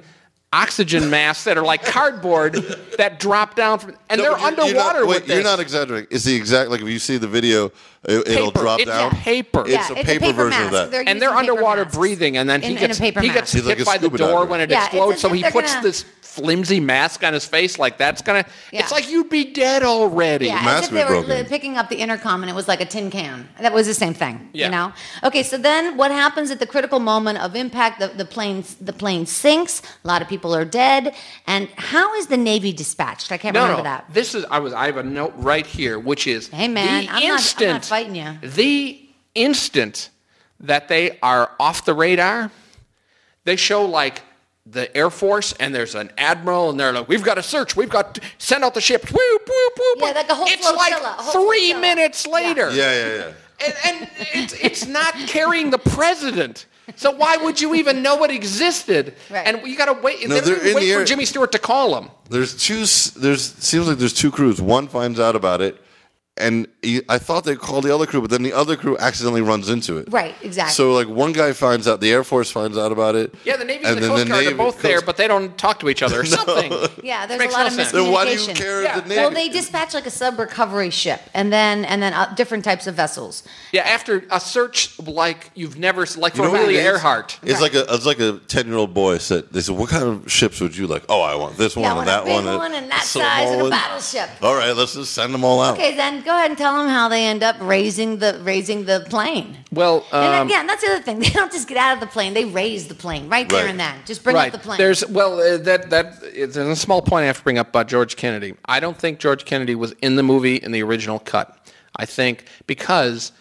[SPEAKER 6] oxygen masks that are like cardboard that drop down from, and
[SPEAKER 4] No,
[SPEAKER 6] they're
[SPEAKER 4] but you're-
[SPEAKER 6] underwater
[SPEAKER 4] You're not,
[SPEAKER 6] with
[SPEAKER 4] wait,
[SPEAKER 6] this.
[SPEAKER 4] you're not exaggerating. It's the exact like if you see the video, it, it'll
[SPEAKER 6] Paper.
[SPEAKER 4] drop
[SPEAKER 6] It's
[SPEAKER 4] down.
[SPEAKER 6] paper.
[SPEAKER 4] It's
[SPEAKER 5] Yeah,
[SPEAKER 4] a paper, version
[SPEAKER 5] mask.
[SPEAKER 4] of that.
[SPEAKER 5] They're
[SPEAKER 6] and they're
[SPEAKER 5] using paper
[SPEAKER 6] underwater
[SPEAKER 5] masks.
[SPEAKER 6] breathing, and then he
[SPEAKER 5] In- in a
[SPEAKER 6] gets
[SPEAKER 5] paper
[SPEAKER 6] he
[SPEAKER 5] mask.
[SPEAKER 6] gets hit
[SPEAKER 4] He's like a
[SPEAKER 6] by the
[SPEAKER 4] scuba
[SPEAKER 6] door
[SPEAKER 4] diver.
[SPEAKER 6] when it
[SPEAKER 5] Yeah, it's
[SPEAKER 6] explodes.
[SPEAKER 5] as
[SPEAKER 6] So
[SPEAKER 5] if
[SPEAKER 6] he
[SPEAKER 5] they're
[SPEAKER 6] puts
[SPEAKER 5] gonna-
[SPEAKER 6] this flimsy mask on his face, like that's gonna.
[SPEAKER 5] Yeah.
[SPEAKER 6] It's like you'd be dead already.
[SPEAKER 5] Yeah,
[SPEAKER 4] mask
[SPEAKER 5] as if
[SPEAKER 4] would
[SPEAKER 5] they
[SPEAKER 4] have
[SPEAKER 5] were
[SPEAKER 4] broken.
[SPEAKER 5] li- picking up the intercom and it was like a tin can. That was the same thing,
[SPEAKER 6] Yeah.
[SPEAKER 5] you know. Okay, so then what happens at the critical moment of impact? The, the plane the plane sinks. A lot of people are dead. And how is the Navy dispatched? I can't
[SPEAKER 6] No,
[SPEAKER 5] remember
[SPEAKER 6] no.
[SPEAKER 5] that.
[SPEAKER 6] This is I was I have a note right here, which is
[SPEAKER 5] Hey, man,
[SPEAKER 6] the
[SPEAKER 5] I'm not- I'm not
[SPEAKER 6] instant,
[SPEAKER 5] fighting you.
[SPEAKER 6] The instant that they are off the radar, they show like the Air Force and there's an admiral and they're like, We've got to search, we've got to send out the ships. Whoop, whoop, whoop.
[SPEAKER 5] Yeah, like a whole
[SPEAKER 6] It's like
[SPEAKER 5] flotilla, a whole
[SPEAKER 6] three
[SPEAKER 5] flotilla.
[SPEAKER 6] minutes
[SPEAKER 5] Yeah.
[SPEAKER 6] later.
[SPEAKER 4] Yeah, yeah, yeah.
[SPEAKER 6] and, and it's, it's not carrying the president. So why would you even know it existed?
[SPEAKER 5] Right.
[SPEAKER 6] And you got to wait.
[SPEAKER 4] No,
[SPEAKER 6] they don't
[SPEAKER 4] they're
[SPEAKER 6] even
[SPEAKER 4] in
[SPEAKER 6] wait
[SPEAKER 4] the
[SPEAKER 6] for
[SPEAKER 4] air-
[SPEAKER 6] Jimmy Stewart to call him.
[SPEAKER 4] There's two. s- There's seems like there's two crews. One finds out about it, and he, I thought they called the other crew, but then the other crew accidentally runs into it.
[SPEAKER 5] Right, exactly.
[SPEAKER 4] So like one guy finds out, the Air Force finds out about it.
[SPEAKER 6] Yeah, the Navy
[SPEAKER 4] and
[SPEAKER 6] and, the
[SPEAKER 4] then
[SPEAKER 6] Coast Guard
[SPEAKER 4] Navy-
[SPEAKER 6] are both there,
[SPEAKER 4] Coast-
[SPEAKER 6] but they don't talk to each other or something.
[SPEAKER 5] yeah, there's
[SPEAKER 6] Makes
[SPEAKER 5] a lot
[SPEAKER 6] no
[SPEAKER 5] of miscommunication.
[SPEAKER 6] sense.
[SPEAKER 4] Then why do you care if the Navy?
[SPEAKER 5] Well, they dispatch like a sub recovery ship, and then and then uh, different types of vessels.
[SPEAKER 6] Yeah, after a search like you've never like
[SPEAKER 4] You
[SPEAKER 6] for
[SPEAKER 4] know what
[SPEAKER 6] Amelia
[SPEAKER 4] it is?
[SPEAKER 6] Earhart.
[SPEAKER 4] It's like a it's like a ten year old boy said. They said, "What kind of ships would you like?" Oh, I want this
[SPEAKER 5] Yeah, I
[SPEAKER 4] one and
[SPEAKER 5] want a
[SPEAKER 4] that
[SPEAKER 5] big
[SPEAKER 4] one,
[SPEAKER 5] one and that
[SPEAKER 4] some
[SPEAKER 5] size and a
[SPEAKER 4] one."
[SPEAKER 5] battleship.
[SPEAKER 4] All right, let's just send them all out.
[SPEAKER 5] Okay, then go ahead and tell them how they end up raising the raising the plane.
[SPEAKER 6] Well,
[SPEAKER 5] and
[SPEAKER 6] um,
[SPEAKER 5] again, that's the other thing. They don't just get out of the plane; they raise the plane right there
[SPEAKER 4] Right.
[SPEAKER 5] and then. Just bring
[SPEAKER 6] right.
[SPEAKER 5] up the plane.
[SPEAKER 6] There's well uh, that that it's a small point I have to bring up about George Kennedy. I don't think George Kennedy was in the movie in the original cut. I think, because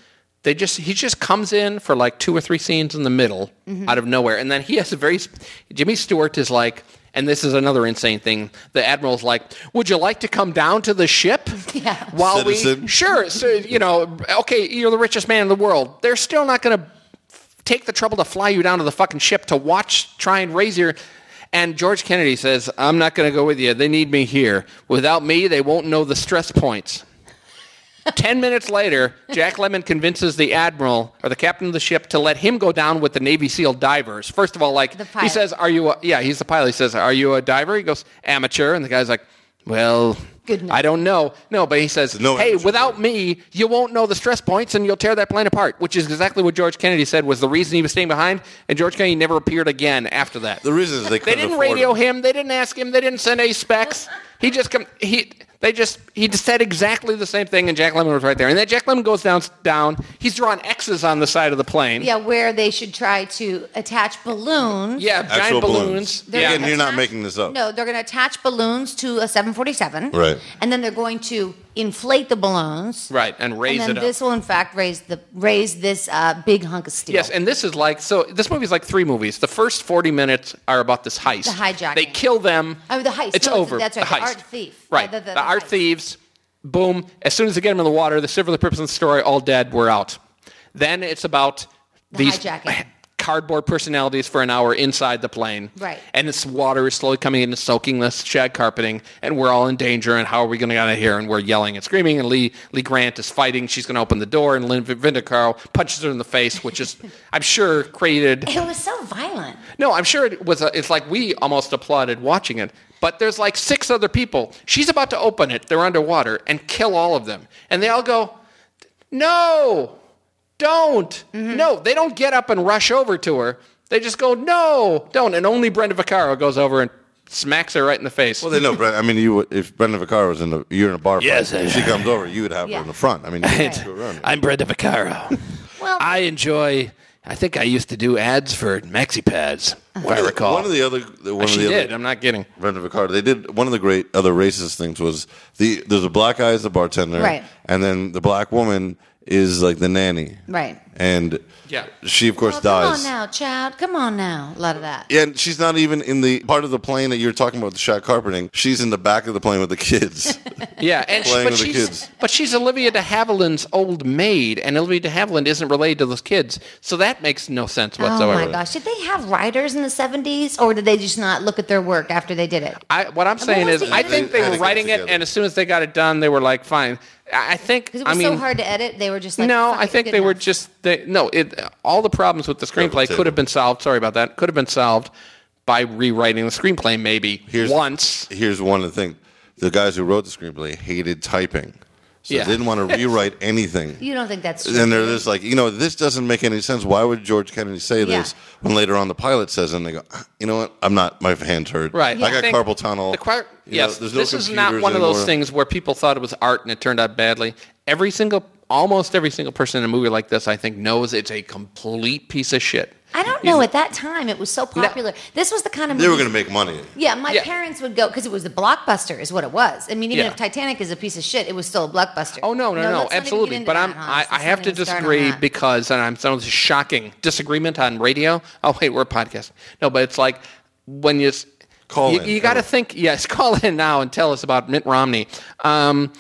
[SPEAKER 6] they just he just comes in for like two or three scenes in the middle
[SPEAKER 5] Mm-hmm.
[SPEAKER 6] out of nowhere, and then he has a very sp- Jimmy Stewart is like. And this is another insane thing. The admiral's like, "Would you like to come down to the ship
[SPEAKER 5] Yeah.
[SPEAKER 6] while
[SPEAKER 4] Citizen.
[SPEAKER 6] we sure?" So you know, okay, you're the richest man in the world. They're still not going to take the trouble to fly you down to the fucking ship to watch, try and raise your. And George Kennedy says, I'm not going to go with you. They need me here. Without me, they won't know the stress points. Ten minutes later, Jack Lemon convinces the admiral or the captain of the ship to let him go down with the Navy SEAL divers. First of all, like
[SPEAKER 5] The
[SPEAKER 6] he
[SPEAKER 5] pilot.
[SPEAKER 6] says, "Are you?" A, yeah, he's the pilot. He says, "Are you a diver?" He goes, "Amateur," and the guy's like, "Well,
[SPEAKER 5] Good enough.
[SPEAKER 6] I don't know." No, but he says,
[SPEAKER 4] No
[SPEAKER 6] "Hey,
[SPEAKER 4] amateur.
[SPEAKER 6] without me, you won't know the stress points and you'll tear that plane apart, which is exactly what George Kennedy said was the reason he was staying behind, and George Kennedy never appeared again after that.
[SPEAKER 4] The reason is they
[SPEAKER 6] they
[SPEAKER 4] couldn't
[SPEAKER 6] didn't
[SPEAKER 4] afford
[SPEAKER 6] radio
[SPEAKER 4] him.
[SPEAKER 6] him, they didn't ask him, they didn't send any specs. He just come he they just he just said exactly the same thing and Jack Lemon was right there. And then Jack Lemon goes down down, he's drawn X's on the side of the plane.
[SPEAKER 5] Yeah, where they should try to attach balloons.
[SPEAKER 6] Yeah,
[SPEAKER 4] Actual
[SPEAKER 6] giant
[SPEAKER 4] balloons.
[SPEAKER 6] balloons.
[SPEAKER 5] They're
[SPEAKER 6] Yeah.
[SPEAKER 4] Again,
[SPEAKER 5] gonna
[SPEAKER 4] you're not
[SPEAKER 5] attach-
[SPEAKER 4] making this up.
[SPEAKER 5] No, they're going to attach balloons to a 747.
[SPEAKER 4] Right.
[SPEAKER 5] And then they're going to inflate the balloons.
[SPEAKER 6] Right, and raise
[SPEAKER 5] and then
[SPEAKER 6] it up.
[SPEAKER 5] this will in fact raise the raise this uh, big hunk of steel.
[SPEAKER 6] Yes, and this is like so. This movie's like three movies. The first forty minutes are about this heist.
[SPEAKER 5] The hijacking.
[SPEAKER 6] They kill them.
[SPEAKER 5] Oh, the heist.
[SPEAKER 6] It's
[SPEAKER 5] No, it's-
[SPEAKER 6] over.
[SPEAKER 5] that's right,
[SPEAKER 6] The
[SPEAKER 5] the
[SPEAKER 6] heist.
[SPEAKER 5] art thief.
[SPEAKER 6] Right.
[SPEAKER 5] Yeah,
[SPEAKER 6] the
[SPEAKER 5] the- the- the
[SPEAKER 6] art
[SPEAKER 5] heist.
[SPEAKER 6] thieves. Boom. As soon as they get them in the water, they serve the purpose of the story. All dead. We're out. Then it's about
[SPEAKER 5] The
[SPEAKER 6] these
[SPEAKER 5] hijacking.
[SPEAKER 6] cardboard personalities for an hour inside the plane.
[SPEAKER 5] Right.
[SPEAKER 6] And this water is slowly coming in and soaking this shag carpeting, and we're all in danger. And how are we going to get out of here? And we're yelling and screaming. And Lee Lee Grant is fighting. She's going to open the door, and Lynn Vindecarl punches her in the face, which is, I'm sure, created.
[SPEAKER 5] It was so violent.
[SPEAKER 6] No, I'm sure it was. A, it's like we almost applauded watching it. But there's like six other people. She's about to open it. They're underwater and kill all of them. And they all go, "No, don't, no." They don't get up and rush over to her. They just go, "No, don't." And only Brenda Vaccaro goes over and smacks her right in the face.
[SPEAKER 4] Well, they know. Brent- I mean, you would- if Brendan Vaccaro was in the you're in a bar.
[SPEAKER 7] Yes,
[SPEAKER 4] fight,
[SPEAKER 7] I-
[SPEAKER 4] if she comes over, you would have her
[SPEAKER 5] Yeah.
[SPEAKER 4] in the front. I mean, you would screw around.
[SPEAKER 7] I'm Brenda Vaccaro.
[SPEAKER 5] Well,
[SPEAKER 7] I enjoy. I think I used to do ads for MaxiPads. What I recall.
[SPEAKER 4] One of the other, one
[SPEAKER 6] she
[SPEAKER 4] of the
[SPEAKER 6] did.
[SPEAKER 4] other,
[SPEAKER 6] I'm not kidding.
[SPEAKER 4] Brenda Vaccaro. They did one of the great other racist things was the there's a black guy as the bartender,
[SPEAKER 5] Right.
[SPEAKER 4] And then the black woman is like the nanny,
[SPEAKER 5] Right.
[SPEAKER 4] And
[SPEAKER 6] Yeah.
[SPEAKER 4] she of course
[SPEAKER 5] oh, come
[SPEAKER 4] dies.
[SPEAKER 5] on now, child. Come on now. A lot of that.
[SPEAKER 4] Yeah, and she's not even in the part of the plane that you're talking about, the shot carpeting. She's in the back of the plane with the kids.
[SPEAKER 6] Yeah, and she,
[SPEAKER 4] Playing
[SPEAKER 6] but
[SPEAKER 4] with the
[SPEAKER 6] she's
[SPEAKER 4] kids.
[SPEAKER 6] but she's Olivia De Havilland's old maid, and Olivia De Havilland isn't related to those kids, so that makes no sense
[SPEAKER 5] Oh
[SPEAKER 6] whatsoever.
[SPEAKER 5] my gosh! Did they have writers in the '70s, or did they just not look at their work after they did it?
[SPEAKER 6] I, what I'm saying
[SPEAKER 5] was
[SPEAKER 6] is,
[SPEAKER 5] the
[SPEAKER 6] I
[SPEAKER 5] editing?
[SPEAKER 6] think they
[SPEAKER 4] Had to
[SPEAKER 6] were
[SPEAKER 4] get it
[SPEAKER 6] writing it,
[SPEAKER 4] together.
[SPEAKER 6] and as soon as they got it done, they were like, "Fine." I I think.
[SPEAKER 5] Because it
[SPEAKER 6] I
[SPEAKER 5] was
[SPEAKER 6] mean,
[SPEAKER 5] so hard to edit. They were just like,
[SPEAKER 6] no,
[SPEAKER 5] fuck
[SPEAKER 6] I
[SPEAKER 5] it,
[SPEAKER 6] think
[SPEAKER 5] good
[SPEAKER 6] they were
[SPEAKER 5] enough.
[SPEAKER 6] just they, no. It all the problems with the screenplay
[SPEAKER 4] table.
[SPEAKER 6] could have been solved. Sorry about that. Could have been solved by rewriting the screenplay maybe once.
[SPEAKER 4] Here's one of the things: the guys who wrote the screenplay hated typing, so
[SPEAKER 6] Yeah.
[SPEAKER 4] they didn't want to rewrite anything.
[SPEAKER 5] You don't think that's true?
[SPEAKER 4] And they're just like, you know, this doesn't make any sense. Why would George Kennedy say this
[SPEAKER 5] Yeah.
[SPEAKER 4] when later on the pilot says, it and they go, "Ah, you know what? I'm not, my hand's hurt.
[SPEAKER 6] Right.
[SPEAKER 4] I got
[SPEAKER 6] think
[SPEAKER 4] carpal tunnel.
[SPEAKER 6] The car-
[SPEAKER 4] You know,
[SPEAKER 6] yes,
[SPEAKER 4] there's no
[SPEAKER 6] this is not
[SPEAKER 4] computers
[SPEAKER 6] one of those
[SPEAKER 4] anymore."
[SPEAKER 6] things where people thought it was art and it turned out badly. Every single, almost every single person in a movie like this, I think, knows it's a complete piece of shit.
[SPEAKER 5] I don't know. At that time, it was so
[SPEAKER 6] No.
[SPEAKER 5] popular. This was the kind of
[SPEAKER 4] They were
[SPEAKER 5] movie-
[SPEAKER 4] going to make money.
[SPEAKER 5] Yeah, my
[SPEAKER 6] Yeah.
[SPEAKER 5] parents would go because it was the blockbuster, is what it was. I mean, even
[SPEAKER 6] Yeah.
[SPEAKER 5] if Titanic is a piece of shit, it was still a blockbuster.
[SPEAKER 6] Oh no,
[SPEAKER 5] let's
[SPEAKER 6] no, no,
[SPEAKER 5] not even get
[SPEAKER 6] absolutely.
[SPEAKER 5] into
[SPEAKER 6] But
[SPEAKER 5] that,
[SPEAKER 6] I'm,
[SPEAKER 5] Hans.
[SPEAKER 6] I, I
[SPEAKER 5] Let's
[SPEAKER 6] have
[SPEAKER 5] not
[SPEAKER 6] to
[SPEAKER 5] even start on
[SPEAKER 6] disagree
[SPEAKER 5] that.
[SPEAKER 6] because, and I'm sounds shocking disagreement on radio. Oh wait, we're a podcast. No, but it's like when you s-
[SPEAKER 4] Call
[SPEAKER 6] you,
[SPEAKER 4] in.
[SPEAKER 6] You got to think. Yes, call in now and tell us about Mitt Romney. Um,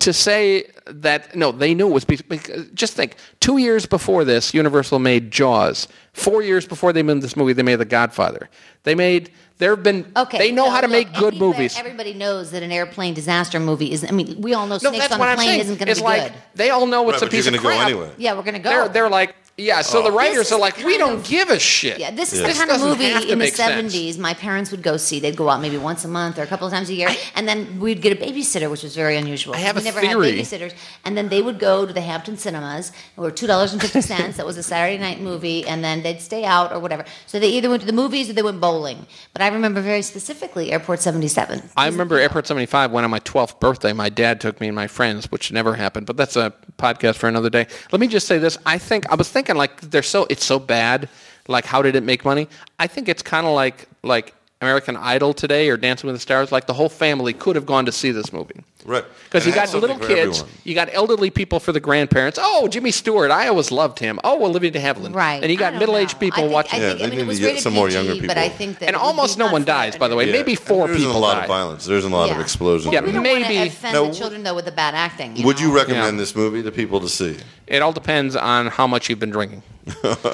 [SPEAKER 6] to say that no, they knew it was be- because just think. Two years before this, Universal made Jaws. Four years before they made this movie, they made The Godfather. They made. There have been.
[SPEAKER 5] Okay,
[SPEAKER 6] They know
[SPEAKER 5] no,
[SPEAKER 6] how to
[SPEAKER 5] look,
[SPEAKER 6] make good
[SPEAKER 5] everybody-
[SPEAKER 6] movies.
[SPEAKER 5] Everybody knows that an airplane disaster movie is. I mean, we all know
[SPEAKER 6] no,
[SPEAKER 5] Snakes
[SPEAKER 6] that's
[SPEAKER 5] on
[SPEAKER 6] what
[SPEAKER 5] a
[SPEAKER 6] I'm
[SPEAKER 5] Plane
[SPEAKER 6] saying.
[SPEAKER 5] isn't going to
[SPEAKER 6] it's
[SPEAKER 5] be
[SPEAKER 6] like
[SPEAKER 5] good.
[SPEAKER 6] they all know it's
[SPEAKER 4] Right,
[SPEAKER 6] a
[SPEAKER 4] but
[SPEAKER 6] piece
[SPEAKER 4] you're
[SPEAKER 6] of
[SPEAKER 4] gonna go
[SPEAKER 6] crap.
[SPEAKER 4] anyway.
[SPEAKER 5] Yeah, we're going to go. Oh.
[SPEAKER 6] They're they're like yeah. So the writers
[SPEAKER 5] This
[SPEAKER 6] are
[SPEAKER 5] is
[SPEAKER 6] like we
[SPEAKER 5] kind
[SPEAKER 6] don't
[SPEAKER 5] of-
[SPEAKER 6] give a shit.
[SPEAKER 5] Yeah, this is
[SPEAKER 6] This
[SPEAKER 5] the kind of
[SPEAKER 6] doesn't
[SPEAKER 5] movie
[SPEAKER 6] have to
[SPEAKER 5] in the
[SPEAKER 6] make sense.
[SPEAKER 5] 70s my parents would go see. They'd go out maybe once a month or a couple of times a year, and then we'd get a babysitter, which was very unusual.
[SPEAKER 6] I have
[SPEAKER 5] we
[SPEAKER 6] a
[SPEAKER 5] never
[SPEAKER 6] theory.
[SPEAKER 5] had babysitters. And then they would go to the Hampton Cinemas, were $2.50. that was a Saturday night movie, and then they'd stay out or whatever. So they either went to the movies or they went bowling. But I remember very specifically Airport 77.
[SPEAKER 6] I remember Airport 75 when on my 12th birthday, my dad took me and my friends, which never happened, but that's a podcast for another day. Let me just say this. I think, I was thinking, like, they're so, it's so bad. Like, how did it make money? I think it's kind of like, like, American Idol today or Dancing with the Stars, like the whole family could have gone to see this movie.
[SPEAKER 4] Right.
[SPEAKER 6] Because
[SPEAKER 4] And it
[SPEAKER 6] you
[SPEAKER 4] had
[SPEAKER 6] got little
[SPEAKER 4] something for
[SPEAKER 6] kids,
[SPEAKER 4] everyone.
[SPEAKER 6] you got elderly people for the grandparents. Oh, Jimmy Stewart, I always loved him. Oh, Olivia de Havilland.
[SPEAKER 5] Right.
[SPEAKER 6] And you
[SPEAKER 5] I
[SPEAKER 6] got
[SPEAKER 5] don't
[SPEAKER 6] middle aged
[SPEAKER 5] know.
[SPEAKER 6] people
[SPEAKER 5] I think,
[SPEAKER 6] watching.
[SPEAKER 5] I
[SPEAKER 4] Yeah,
[SPEAKER 5] think,
[SPEAKER 4] they
[SPEAKER 5] I mean, it
[SPEAKER 4] need
[SPEAKER 5] was
[SPEAKER 4] to get
[SPEAKER 5] rated
[SPEAKER 4] some more
[SPEAKER 5] PG,
[SPEAKER 4] younger
[SPEAKER 5] But
[SPEAKER 4] people.
[SPEAKER 5] I think that
[SPEAKER 6] And
[SPEAKER 5] it would
[SPEAKER 6] almost
[SPEAKER 5] be
[SPEAKER 6] no one
[SPEAKER 5] unfair
[SPEAKER 6] dies, by the
[SPEAKER 5] to-
[SPEAKER 6] way.
[SPEAKER 4] Yeah.
[SPEAKER 6] Maybe four
[SPEAKER 4] There isn't
[SPEAKER 6] people
[SPEAKER 4] a lot
[SPEAKER 6] died.
[SPEAKER 4] of violence. There isn't a lot
[SPEAKER 5] Yeah.
[SPEAKER 4] of explosions.
[SPEAKER 6] Yeah,
[SPEAKER 5] We don't
[SPEAKER 6] maybe-
[SPEAKER 5] want to offend
[SPEAKER 4] Now,
[SPEAKER 5] the children though with the bad acting.
[SPEAKER 4] Would you
[SPEAKER 5] know?
[SPEAKER 4] recommend
[SPEAKER 6] Yeah.
[SPEAKER 4] this movie to people to see?
[SPEAKER 6] It all depends on how much you've been drinking.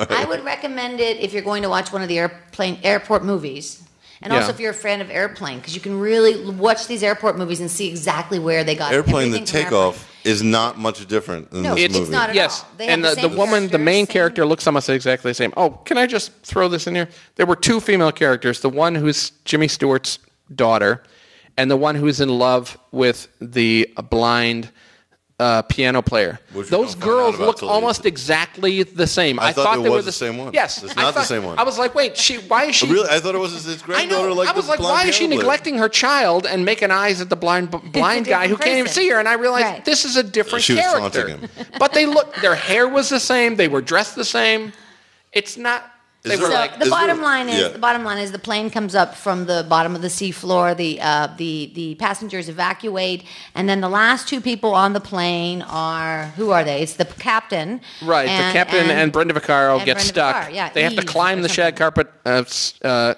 [SPEAKER 5] I would recommend it if you're going to watch one of the airplane airport movies. And
[SPEAKER 6] Yeah.
[SPEAKER 5] also if you're a fan of Airplane, because you can really watch these airport movies and see exactly where they got
[SPEAKER 4] Airplane, the
[SPEAKER 5] everything from Airplane.
[SPEAKER 4] takeoff is not much different than
[SPEAKER 5] No,
[SPEAKER 4] this
[SPEAKER 5] it's
[SPEAKER 4] movie.
[SPEAKER 5] not at
[SPEAKER 6] yes.
[SPEAKER 5] all. They have
[SPEAKER 6] and
[SPEAKER 5] the
[SPEAKER 6] the, the,
[SPEAKER 5] same
[SPEAKER 6] woman, the
[SPEAKER 5] character,
[SPEAKER 6] main
[SPEAKER 5] same-
[SPEAKER 6] character, looks almost exactly the same. Oh, can I just throw this in here? There were two female characters the one who's Jimmy Stewart's daughter, and the one who's in love with the blind uh, piano player.
[SPEAKER 4] Which we
[SPEAKER 6] Those
[SPEAKER 4] don't find out
[SPEAKER 6] girls
[SPEAKER 4] about
[SPEAKER 6] look
[SPEAKER 4] till the end.
[SPEAKER 6] almost exactly the same. I,
[SPEAKER 4] thought it
[SPEAKER 6] they were
[SPEAKER 4] was the same one.
[SPEAKER 6] Yes.
[SPEAKER 4] It's
[SPEAKER 6] I
[SPEAKER 4] not the
[SPEAKER 6] thought-
[SPEAKER 4] same one.
[SPEAKER 6] I was like, wait, she, why is she.
[SPEAKER 4] Really, I thought it was his
[SPEAKER 6] I
[SPEAKER 4] granddaughter.
[SPEAKER 6] know.
[SPEAKER 4] Like
[SPEAKER 6] I was
[SPEAKER 4] the
[SPEAKER 6] like,
[SPEAKER 4] blonde
[SPEAKER 6] why is she
[SPEAKER 4] piano player.
[SPEAKER 6] neglecting her child and making eyes at the blind b- blind guy who can't even
[SPEAKER 5] person.
[SPEAKER 6] see her? And I realized
[SPEAKER 5] Right.
[SPEAKER 6] this is a different
[SPEAKER 4] She was
[SPEAKER 6] character.
[SPEAKER 4] taunting him.
[SPEAKER 6] but they look. Their hair was the same. They were dressed the same. It's not. They
[SPEAKER 4] Is
[SPEAKER 6] were
[SPEAKER 4] there-
[SPEAKER 5] So
[SPEAKER 6] like.
[SPEAKER 5] the
[SPEAKER 4] Is
[SPEAKER 5] bottom
[SPEAKER 4] there-
[SPEAKER 5] line is
[SPEAKER 4] yeah.
[SPEAKER 5] the bottom line is the plane comes up from the bottom of the sea floor. The uh, the the passengers evacuate, and then the last two people on the plane are who are they? It's the captain,
[SPEAKER 6] Right, the captain and, Brenda Vaccaro
[SPEAKER 5] and
[SPEAKER 6] get
[SPEAKER 5] Brenda
[SPEAKER 6] stuck.
[SPEAKER 5] Vaccaro, yeah,
[SPEAKER 6] they have to
[SPEAKER 5] Eve
[SPEAKER 6] climb
[SPEAKER 5] or
[SPEAKER 6] the shag
[SPEAKER 5] something.
[SPEAKER 6] carpet uh, s- uh,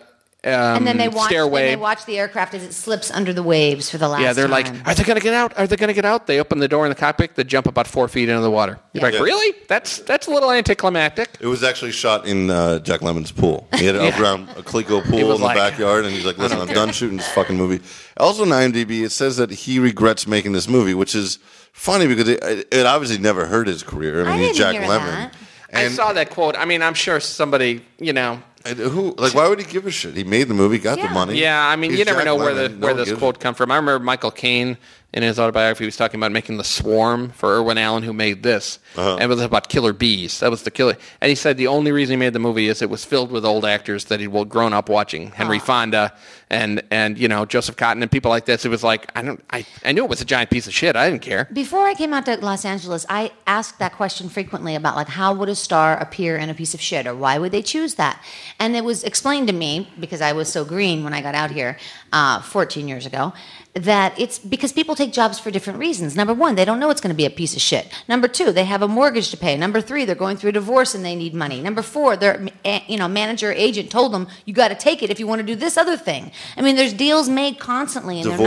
[SPEAKER 5] and then they watch
[SPEAKER 6] Mm, stairway.
[SPEAKER 5] Then they watch the aircraft as it slips under the waves for the last.
[SPEAKER 6] Yeah, they're
[SPEAKER 5] time.
[SPEAKER 6] like, are they going to get out? Are they going to get out? They open the door in the cockpit. They jump about four feet into the water. You're
[SPEAKER 5] Yeah.
[SPEAKER 6] like, really? That's that's a little anticlimactic.
[SPEAKER 4] It was actually shot in uh, Jack Lemon's pool. He had it up around a Clico pool in
[SPEAKER 6] was
[SPEAKER 4] the
[SPEAKER 6] like-
[SPEAKER 4] backyard, and he's like, "Listen, I'm done shooting this fucking movie." Also, on IMDb, it says that he regrets making this movie, which is funny because it, it obviously never hurt his career. I mean,
[SPEAKER 5] I
[SPEAKER 4] he's
[SPEAKER 5] didn't
[SPEAKER 4] Jack
[SPEAKER 5] hear
[SPEAKER 4] Lemmon.
[SPEAKER 5] that.
[SPEAKER 6] I
[SPEAKER 4] And,
[SPEAKER 6] saw that quote. I mean, I'm sure somebody, you know.
[SPEAKER 4] and who, like, why would he give a shit? He made the movie, got the
[SPEAKER 5] Yeah.
[SPEAKER 4] money.
[SPEAKER 6] Yeah, I mean,
[SPEAKER 4] He's
[SPEAKER 6] you never
[SPEAKER 4] Jack
[SPEAKER 6] know where
[SPEAKER 4] Lemmon.
[SPEAKER 6] the
[SPEAKER 4] No
[SPEAKER 6] where
[SPEAKER 4] one
[SPEAKER 6] this
[SPEAKER 4] gives a-
[SPEAKER 6] quote come from. I remember Michael Caine in his autobiography was talking about making the swarm for Irwin Allen, who made this,
[SPEAKER 4] Uh-huh.
[SPEAKER 6] and it was about killer bees. That was the killer, and he said the only reason he made the movie is it was filled with old actors that he'd well grown up watching, Henry Fonda and and you know Joseph Cotton and people like this. It was like I don't I, I knew it was a giant piece of shit. I didn't care.
[SPEAKER 5] Before I came out to Los Angeles, I asked that question frequently about like how would a star appear in a piece of shit or why would they choose that? And it was explained to me because I was so green when I got out here uh, 14 years ago that it's because people take jobs for different reasons. Number one, they don't know it's going to be a piece of shit. Number two, they have a mortgage to pay. Number three, they're going through a divorce and they need money. Number four, their eh, you know manager or agent told them you got to take it if you want to do this other thing. I mean, there's deals made constantly and
[SPEAKER 4] Divorce.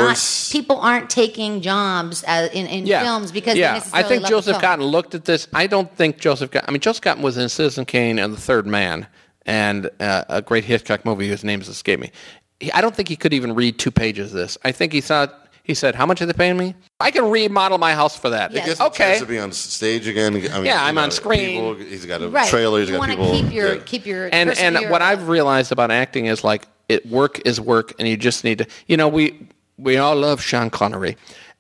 [SPEAKER 5] they're not people aren't taking jobs as, in, in films because they
[SPEAKER 6] yeah. I
[SPEAKER 5] necessarily
[SPEAKER 6] think
[SPEAKER 5] love the
[SPEAKER 6] Joseph
[SPEAKER 5] film.
[SPEAKER 6] Cotton looked at this. I don't think Joseph. Cotton, I mean, Joseph Cotton was in Citizen Kane and The Third Man, and uh, a great Hitchcock movie whose names escape me. He, I don't think he could even read two pages of this. I think he saw. He said, "How much are they paying me? I can remodel my house for that."
[SPEAKER 5] Yes.
[SPEAKER 4] Gets the chance
[SPEAKER 6] Okay.
[SPEAKER 4] to be on stage again. I mean,
[SPEAKER 6] Yeah,
[SPEAKER 4] you
[SPEAKER 6] I'm
[SPEAKER 4] know,
[SPEAKER 6] on
[SPEAKER 4] people-
[SPEAKER 6] screen.
[SPEAKER 4] he's got a
[SPEAKER 5] right.
[SPEAKER 4] trailer. He's
[SPEAKER 5] you
[SPEAKER 4] got
[SPEAKER 5] wanna
[SPEAKER 4] people.
[SPEAKER 5] keep your
[SPEAKER 4] yeah.
[SPEAKER 5] keep your
[SPEAKER 6] and and
[SPEAKER 5] persevere-
[SPEAKER 6] what I've realized about acting is like it work is work, and you just need to. You know, we we all love Sean Connery,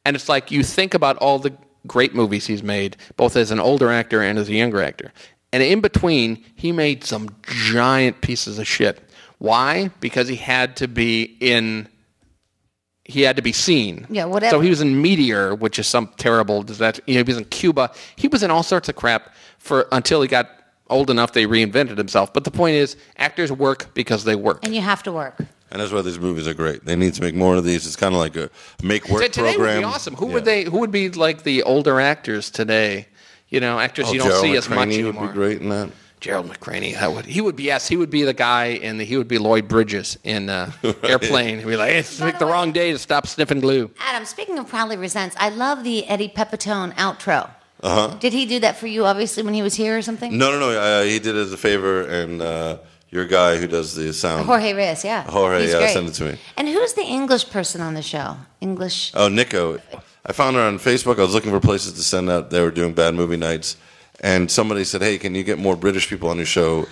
[SPEAKER 6] and it's like you think about all the great movies he's made, both as an older actor and as a younger actor, and in between he made some giant pieces of shit. Why? Because he had to be in. He had to be seen.
[SPEAKER 5] Yeah, whatever.
[SPEAKER 6] So he was in Meteor, which is some terrible disaster. You know, he was in Cuba. He was in all sorts of crap for until he got old enough. They reinvented himself. But the point is, actors work because they work.
[SPEAKER 5] and you have to work.
[SPEAKER 4] And that's why these movies are great. They need to make more of these. It's kind of like a make work
[SPEAKER 6] T- today
[SPEAKER 4] program.
[SPEAKER 6] would be awesome. Who
[SPEAKER 4] Yeah.
[SPEAKER 6] would they? Who would be like the older actors today? You know, actors
[SPEAKER 4] Oh,
[SPEAKER 6] you don't
[SPEAKER 4] Gerald
[SPEAKER 6] see as much
[SPEAKER 4] McCraney
[SPEAKER 6] anymore.
[SPEAKER 4] Would be great in that.
[SPEAKER 6] Gerald McCraney. That would he would be? Yes, he would be the guy in the. He would be Lloyd Bridges in uh, Airplane. He'd be like, it's like the wrong day to stop sniffing glue.
[SPEAKER 5] Adam, speaking of proudly resents, I love the Eddie Pepitone outro. Uh-huh. Did he do that for you? Obviously, when he was here or something.
[SPEAKER 4] No, no, no. Uh, he did it as a favor, and uh, your guy who does the sound,
[SPEAKER 5] Jorge Reyes, yeah.
[SPEAKER 4] Jorge,
[SPEAKER 5] He's
[SPEAKER 4] yeah,
[SPEAKER 5] great.
[SPEAKER 4] send it to me.
[SPEAKER 5] And who's the English person on the show? English.
[SPEAKER 4] Oh, Nico. I found her on Facebook. I was looking for places to send out. They were doing bad movie nights, and somebody said, "Hey, can you get more British people on your show?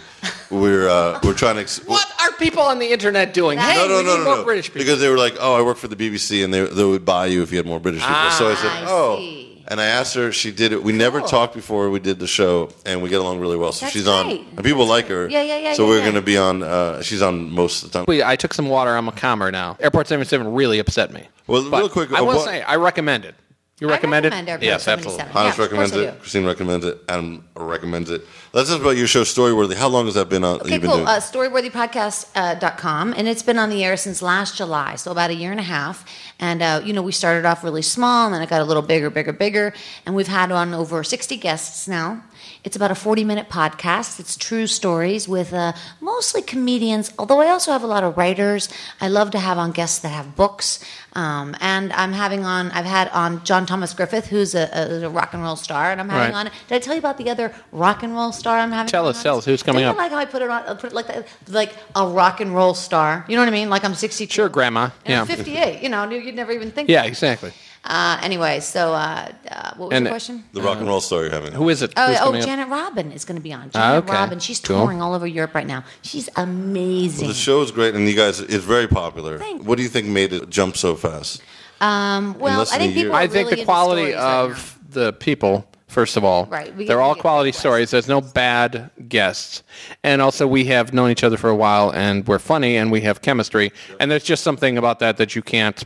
[SPEAKER 4] We're uh, we're trying to." Ex-
[SPEAKER 6] What are people on the internet doing?
[SPEAKER 5] That-
[SPEAKER 6] hey,
[SPEAKER 4] No, no,
[SPEAKER 6] we
[SPEAKER 4] no,
[SPEAKER 6] need
[SPEAKER 4] no,
[SPEAKER 6] more
[SPEAKER 4] no.
[SPEAKER 6] British people.
[SPEAKER 4] Because they were like, "Oh, I work for the BBC, and they they would buy you if you had more British people." so I said,
[SPEAKER 6] Ah,
[SPEAKER 5] I
[SPEAKER 4] "Oh."
[SPEAKER 5] see.
[SPEAKER 4] And I asked her. She did it. We never
[SPEAKER 5] Cool.
[SPEAKER 4] talked before we did the show, and we get along really well. So
[SPEAKER 5] Oh. That's
[SPEAKER 4] she's on,
[SPEAKER 5] great.
[SPEAKER 4] and people like her.
[SPEAKER 5] Yeah, yeah, yeah,
[SPEAKER 4] So
[SPEAKER 5] yeah,
[SPEAKER 4] we're
[SPEAKER 5] yeah.
[SPEAKER 4] going to be on. Uh, she's on most of the time.
[SPEAKER 6] Wait, I took some water. I'm a calmer now. Airport 77 really upset me.
[SPEAKER 4] Well,
[SPEAKER 6] But
[SPEAKER 4] real quick,
[SPEAKER 6] I
[SPEAKER 4] uh,
[SPEAKER 6] will
[SPEAKER 4] what-
[SPEAKER 6] say I recommend it. You recommend,
[SPEAKER 5] recommend
[SPEAKER 6] it?
[SPEAKER 5] Airport
[SPEAKER 6] yes,
[SPEAKER 5] 77.
[SPEAKER 6] absolutely.
[SPEAKER 5] Yeah,
[SPEAKER 4] Hans
[SPEAKER 5] of course
[SPEAKER 4] recommends
[SPEAKER 5] I
[SPEAKER 4] it.
[SPEAKER 5] do.
[SPEAKER 4] Christine recommends it. Adam recommends it. Let's talk about your show, Storyworthy. How long has that been on?
[SPEAKER 5] Okay,
[SPEAKER 4] you've been
[SPEAKER 5] cool.
[SPEAKER 4] doing?
[SPEAKER 5] Uh, StoryworthyPodcast.com. and it's been on the air since last July, so about a year and a half. And, uh, you know, we started off really small, and then it got a little bigger, bigger, bigger. And we've had on over 60 guests now. It's about a 40 minute podcast. It's true stories with uh, mostly comedians, although I also have a lot of writers. I love to have on guests that have books. Um, and I'm having on, I've had on John Thomas Griffith, who's a, a, a rock and roll star, and I'm having
[SPEAKER 6] Right.
[SPEAKER 5] on. Did I tell you about the other rock and roll star I'm having?
[SPEAKER 6] Tell
[SPEAKER 5] on?
[SPEAKER 6] us, tell us. Who's coming
[SPEAKER 5] Don't you
[SPEAKER 6] up?
[SPEAKER 5] like how I put it on, I put it like that, like a rock and roll star. You know what I mean? Like I'm 62.
[SPEAKER 6] Sure, Grandma.
[SPEAKER 5] And I'm
[SPEAKER 6] Yeah.
[SPEAKER 5] 58. You know, you'd never even think.
[SPEAKER 6] Yeah,
[SPEAKER 5] that.
[SPEAKER 6] exactly.
[SPEAKER 5] Uh, anyway, so uh, uh, what was
[SPEAKER 6] And-
[SPEAKER 5] your question?
[SPEAKER 4] the rock and roll star you're having.
[SPEAKER 6] Who is it?
[SPEAKER 5] Oh,
[SPEAKER 6] Who's
[SPEAKER 5] oh
[SPEAKER 6] coming up? Ah,
[SPEAKER 5] Janet Robin is going to be on. Janet
[SPEAKER 6] okay.
[SPEAKER 5] Robin, she's
[SPEAKER 6] Cool.
[SPEAKER 5] touring all over Europe right now. She's amazing.
[SPEAKER 4] The show is great, and you guys, it's very popular.
[SPEAKER 5] Thank you.
[SPEAKER 4] What do you think made it jump so fast?
[SPEAKER 5] um, well,
[SPEAKER 4] less
[SPEAKER 5] I
[SPEAKER 4] than a
[SPEAKER 5] think people.
[SPEAKER 4] year.
[SPEAKER 5] Are
[SPEAKER 6] I think
[SPEAKER 5] really
[SPEAKER 6] the
[SPEAKER 5] into
[SPEAKER 6] quality
[SPEAKER 5] stories right
[SPEAKER 6] of the people, first of all,
[SPEAKER 5] Right, we get-
[SPEAKER 6] they're
[SPEAKER 5] we
[SPEAKER 6] all
[SPEAKER 5] get
[SPEAKER 6] quality
[SPEAKER 5] requests.
[SPEAKER 6] stories. There's no bad guests, and also we have known each other for a while, and we're funny, and we have chemistry, and there's just something about that that you can't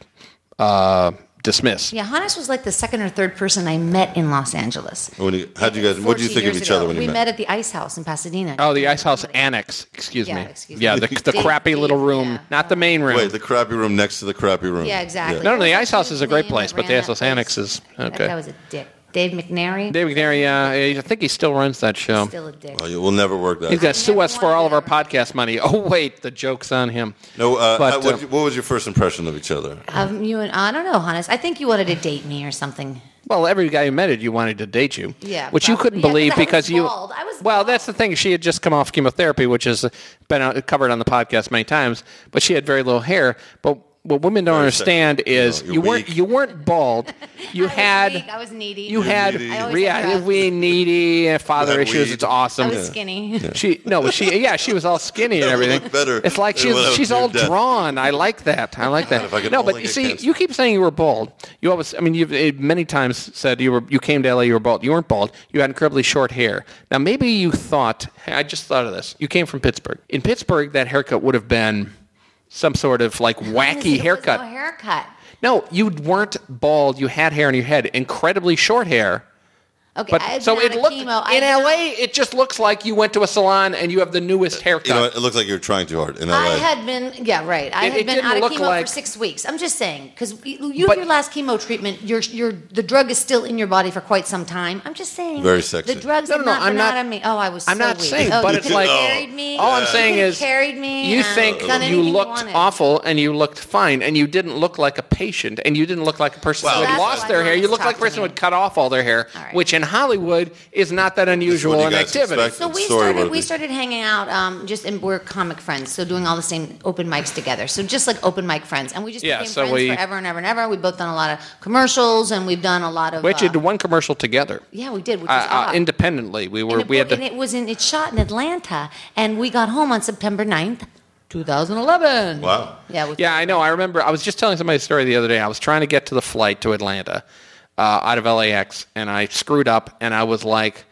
[SPEAKER 6] uh, dismiss.
[SPEAKER 5] now. Yeah, Hannes was like the second or third person I met in Los Angeles.
[SPEAKER 4] When you, how do you guys? What do you
[SPEAKER 5] 14
[SPEAKER 4] think of
[SPEAKER 5] years
[SPEAKER 4] each
[SPEAKER 5] ago.
[SPEAKER 4] other when
[SPEAKER 5] we
[SPEAKER 4] you
[SPEAKER 5] met at the Ice House in Pasadena?
[SPEAKER 6] Oh, the Ice House Annex. Excuse
[SPEAKER 5] Yeah,
[SPEAKER 6] me.
[SPEAKER 5] excuse
[SPEAKER 6] yeah,
[SPEAKER 5] me.
[SPEAKER 6] the, the
[SPEAKER 5] Deep,
[SPEAKER 6] crappy
[SPEAKER 5] deep,
[SPEAKER 6] little room,
[SPEAKER 5] yeah.
[SPEAKER 6] not the main room.
[SPEAKER 4] Wait, the crappy room next to the crappy room.
[SPEAKER 5] Yeah, exactly.
[SPEAKER 6] no, no, the
[SPEAKER 5] What was
[SPEAKER 6] Ice House
[SPEAKER 5] his
[SPEAKER 6] is a great
[SPEAKER 5] name
[SPEAKER 6] place,
[SPEAKER 5] that
[SPEAKER 6] but the
[SPEAKER 5] ran
[SPEAKER 6] Ice House
[SPEAKER 5] that place?
[SPEAKER 6] Annex is
[SPEAKER 5] That
[SPEAKER 6] okay.
[SPEAKER 5] guy was a dick. Dave McNary.
[SPEAKER 6] David Gary, uh, I think he still runs that show.
[SPEAKER 5] Still a dick.
[SPEAKER 4] Oh, you- we'll never work that.
[SPEAKER 6] He's
[SPEAKER 4] out.
[SPEAKER 6] got to sue
[SPEAKER 5] never
[SPEAKER 6] us for
[SPEAKER 5] wanted
[SPEAKER 6] all of
[SPEAKER 5] to
[SPEAKER 6] our
[SPEAKER 5] ever-
[SPEAKER 6] podcast money. Oh wait, the joke's on him.
[SPEAKER 4] No, uh,
[SPEAKER 6] But,
[SPEAKER 4] how- what,
[SPEAKER 6] um,
[SPEAKER 4] what was your first impression of each other?
[SPEAKER 5] Um, you and I don't know, Hannes. I think you wanted to date me or something.
[SPEAKER 6] Well, every guy who met it, you wanted to date you.
[SPEAKER 5] Yeah,
[SPEAKER 6] which you couldn't
[SPEAKER 5] probably.
[SPEAKER 6] believe
[SPEAKER 5] Yeah, 'cause I
[SPEAKER 6] because
[SPEAKER 5] was
[SPEAKER 6] you.
[SPEAKER 5] bald. I was
[SPEAKER 6] well,
[SPEAKER 5] bald.
[SPEAKER 6] that's the thing. She had just come off chemotherapy, which has been out, covered on the podcast many times. But she had very little hair. But what women don't
[SPEAKER 4] Very sexy.
[SPEAKER 6] understand is
[SPEAKER 4] No,
[SPEAKER 6] you
[SPEAKER 4] you're
[SPEAKER 6] weren't
[SPEAKER 4] weak.
[SPEAKER 6] you weren't bald. You
[SPEAKER 5] I
[SPEAKER 6] had
[SPEAKER 5] was weak, I was needy.
[SPEAKER 6] you had
[SPEAKER 4] needy. I
[SPEAKER 5] always had
[SPEAKER 6] yeah
[SPEAKER 5] crabs.
[SPEAKER 6] we needy uh, father
[SPEAKER 4] You had
[SPEAKER 6] issues.
[SPEAKER 4] weed.
[SPEAKER 6] It's
[SPEAKER 5] I
[SPEAKER 6] awesome.
[SPEAKER 5] was skinny.
[SPEAKER 6] She no, but she yeah, she was all skinny and
[SPEAKER 4] That would
[SPEAKER 6] everything.
[SPEAKER 4] look better
[SPEAKER 6] It's like
[SPEAKER 4] than
[SPEAKER 6] she's
[SPEAKER 4] what I was
[SPEAKER 6] she's all
[SPEAKER 4] doing, Dad.
[SPEAKER 6] drawn. I like that. I like that.
[SPEAKER 4] if I could
[SPEAKER 6] no,
[SPEAKER 4] only
[SPEAKER 6] but you
[SPEAKER 4] get
[SPEAKER 6] see,
[SPEAKER 4] cancer.
[SPEAKER 6] you keep saying you were bald. You always, I mean, you've eh, many times said you were you came to LA, you were bald. You weren't bald. You had incredibly short hair. Now maybe you thought hey, I just thought of this. You came from Pittsburgh. In Pittsburgh, that haircut would have been some sort of like
[SPEAKER 5] There
[SPEAKER 6] wacky
[SPEAKER 5] was
[SPEAKER 6] haircut.
[SPEAKER 5] No haircut.
[SPEAKER 6] No, you weren't bald. You had hair in your head. Incredibly short hair.
[SPEAKER 5] Okay,
[SPEAKER 6] But
[SPEAKER 5] I had
[SPEAKER 6] so
[SPEAKER 5] been
[SPEAKER 6] it
[SPEAKER 5] on a
[SPEAKER 6] looked
[SPEAKER 5] chemo. I
[SPEAKER 6] in
[SPEAKER 5] had-
[SPEAKER 6] LA. It just looks like you went to a salon and you have the newest haircut.
[SPEAKER 4] You know, it looks like you were trying too hard. In LA.
[SPEAKER 5] I had been, yeah, right. I
[SPEAKER 6] It-
[SPEAKER 5] had
[SPEAKER 6] it
[SPEAKER 5] been
[SPEAKER 6] didn't
[SPEAKER 5] out of
[SPEAKER 6] look
[SPEAKER 5] chemo for
[SPEAKER 6] like-
[SPEAKER 5] six weeks. I'm just saying, because you you have
[SPEAKER 6] But-
[SPEAKER 5] your last chemo treatment, your your the drug is still in your body for quite some time. I'm just saying,
[SPEAKER 4] Very sexy.
[SPEAKER 5] The drugs
[SPEAKER 6] No,
[SPEAKER 5] have
[SPEAKER 6] no, no,
[SPEAKER 5] not
[SPEAKER 6] I'm
[SPEAKER 5] been
[SPEAKER 6] not-
[SPEAKER 5] out of me. Oh, I was.
[SPEAKER 6] I'm
[SPEAKER 5] so
[SPEAKER 6] not
[SPEAKER 5] weak.
[SPEAKER 6] saying,
[SPEAKER 5] oh,
[SPEAKER 6] but
[SPEAKER 5] you
[SPEAKER 6] it's
[SPEAKER 5] could've
[SPEAKER 6] like-
[SPEAKER 5] carried me.
[SPEAKER 6] all I'm
[SPEAKER 5] You
[SPEAKER 6] saying
[SPEAKER 5] could've
[SPEAKER 6] is
[SPEAKER 5] carried me.
[SPEAKER 6] You
[SPEAKER 5] and
[SPEAKER 6] think
[SPEAKER 5] done
[SPEAKER 6] you
[SPEAKER 5] anything
[SPEAKER 6] looked
[SPEAKER 5] wanted.
[SPEAKER 6] awful and you looked fine and you didn't look like a patient and you didn't look like a person
[SPEAKER 4] Well,
[SPEAKER 6] who had
[SPEAKER 4] That's
[SPEAKER 6] lost
[SPEAKER 5] why
[SPEAKER 6] their hair. You
[SPEAKER 5] Thomas
[SPEAKER 6] looked like
[SPEAKER 5] talked
[SPEAKER 6] a
[SPEAKER 5] to
[SPEAKER 6] person who
[SPEAKER 5] me.
[SPEAKER 6] had cut off all their hair,
[SPEAKER 5] All right.
[SPEAKER 6] which in Hollywood is not that unusual
[SPEAKER 4] you
[SPEAKER 6] an
[SPEAKER 4] guys
[SPEAKER 6] activity.
[SPEAKER 4] expect.
[SPEAKER 5] So we
[SPEAKER 4] Story
[SPEAKER 5] started. We
[SPEAKER 4] worthy.
[SPEAKER 5] started hanging out, um, just and we're comic friends, so doing all the same open mics together. So just like open mic friends, and we just
[SPEAKER 6] Yeah,
[SPEAKER 5] became
[SPEAKER 6] so
[SPEAKER 5] friends
[SPEAKER 6] we-
[SPEAKER 5] forever and ever and ever. We've both done a lot of commercials, and we've done a lot of.
[SPEAKER 6] We actually
[SPEAKER 5] uh,
[SPEAKER 6] did one commercial together.
[SPEAKER 5] yeah, we did. Which
[SPEAKER 6] Uh,
[SPEAKER 5] was
[SPEAKER 6] uh,
[SPEAKER 5] odd.
[SPEAKER 6] independently, we were
[SPEAKER 5] and, it,
[SPEAKER 6] we had
[SPEAKER 5] and it
[SPEAKER 6] to.
[SPEAKER 5] was in. It's shot in Atlanta, and we got home on September 9th, 2011.
[SPEAKER 4] wow.
[SPEAKER 5] Yeah. Which,
[SPEAKER 6] Yeah, I know. I remember. I was just telling somebody a story the other day. I was trying to get to the flight to Atlanta uh, out of LAX, and I screwed up, and I was like.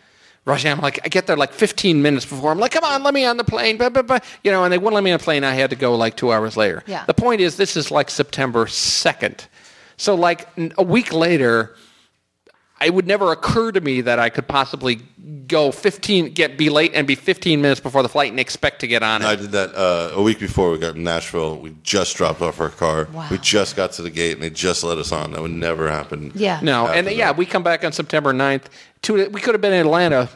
[SPEAKER 6] Rushing, I'm like, I get there like 15 minutes before. I'm like, come on, let me on the plane, blah, blah, blah. you know, and they wouldn't let me on the plane. I had to go like two hours later.
[SPEAKER 5] Yeah.
[SPEAKER 6] The point is, this is like September 2nd, so like n- a week later, it would never occur to me that I could possibly go 15, get be late and be 15 minutes before the flight and expect to get on it.
[SPEAKER 4] I did that uh, a week before we got in Nashville. We just dropped off our car.
[SPEAKER 5] Wow.
[SPEAKER 4] We just got to the gate and they just let us on. That would never happen.
[SPEAKER 5] Yeah.
[SPEAKER 6] No,
[SPEAKER 4] After
[SPEAKER 6] and
[SPEAKER 4] that.
[SPEAKER 6] yeah, we come back on September 9th. To, we could have been in Atlanta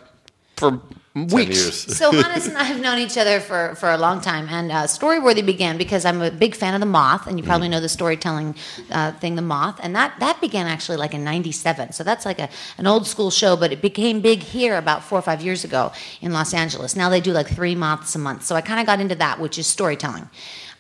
[SPEAKER 6] for weeks.
[SPEAKER 4] Years.
[SPEAKER 5] so Hannes and I have known each other for, for a long time, and uh, Storyworthy began because I'm a big fan of the Moth, and you probably know the storytelling uh, thing, the Moth, and that that began actually like in '97. So that's like a an old school show, but it became big here about four or five years ago in Los Angeles. Now they do like three moths a month, so I kind of got into that, which is storytelling.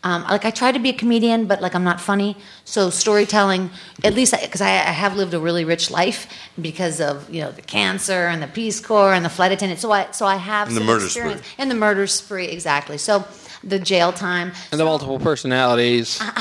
[SPEAKER 5] Um, like I try to be a comedian, but like I'm not funny. So storytelling, at least because I, I have lived a really rich life because of you know the cancer and the Peace Corps and the flight attendant. So I so I have
[SPEAKER 4] And the
[SPEAKER 5] some
[SPEAKER 4] murder
[SPEAKER 5] experience.
[SPEAKER 4] spree.
[SPEAKER 5] and the murder spree exactly. So the jail time.
[SPEAKER 6] And the multiple personalities. The
[SPEAKER 5] Thought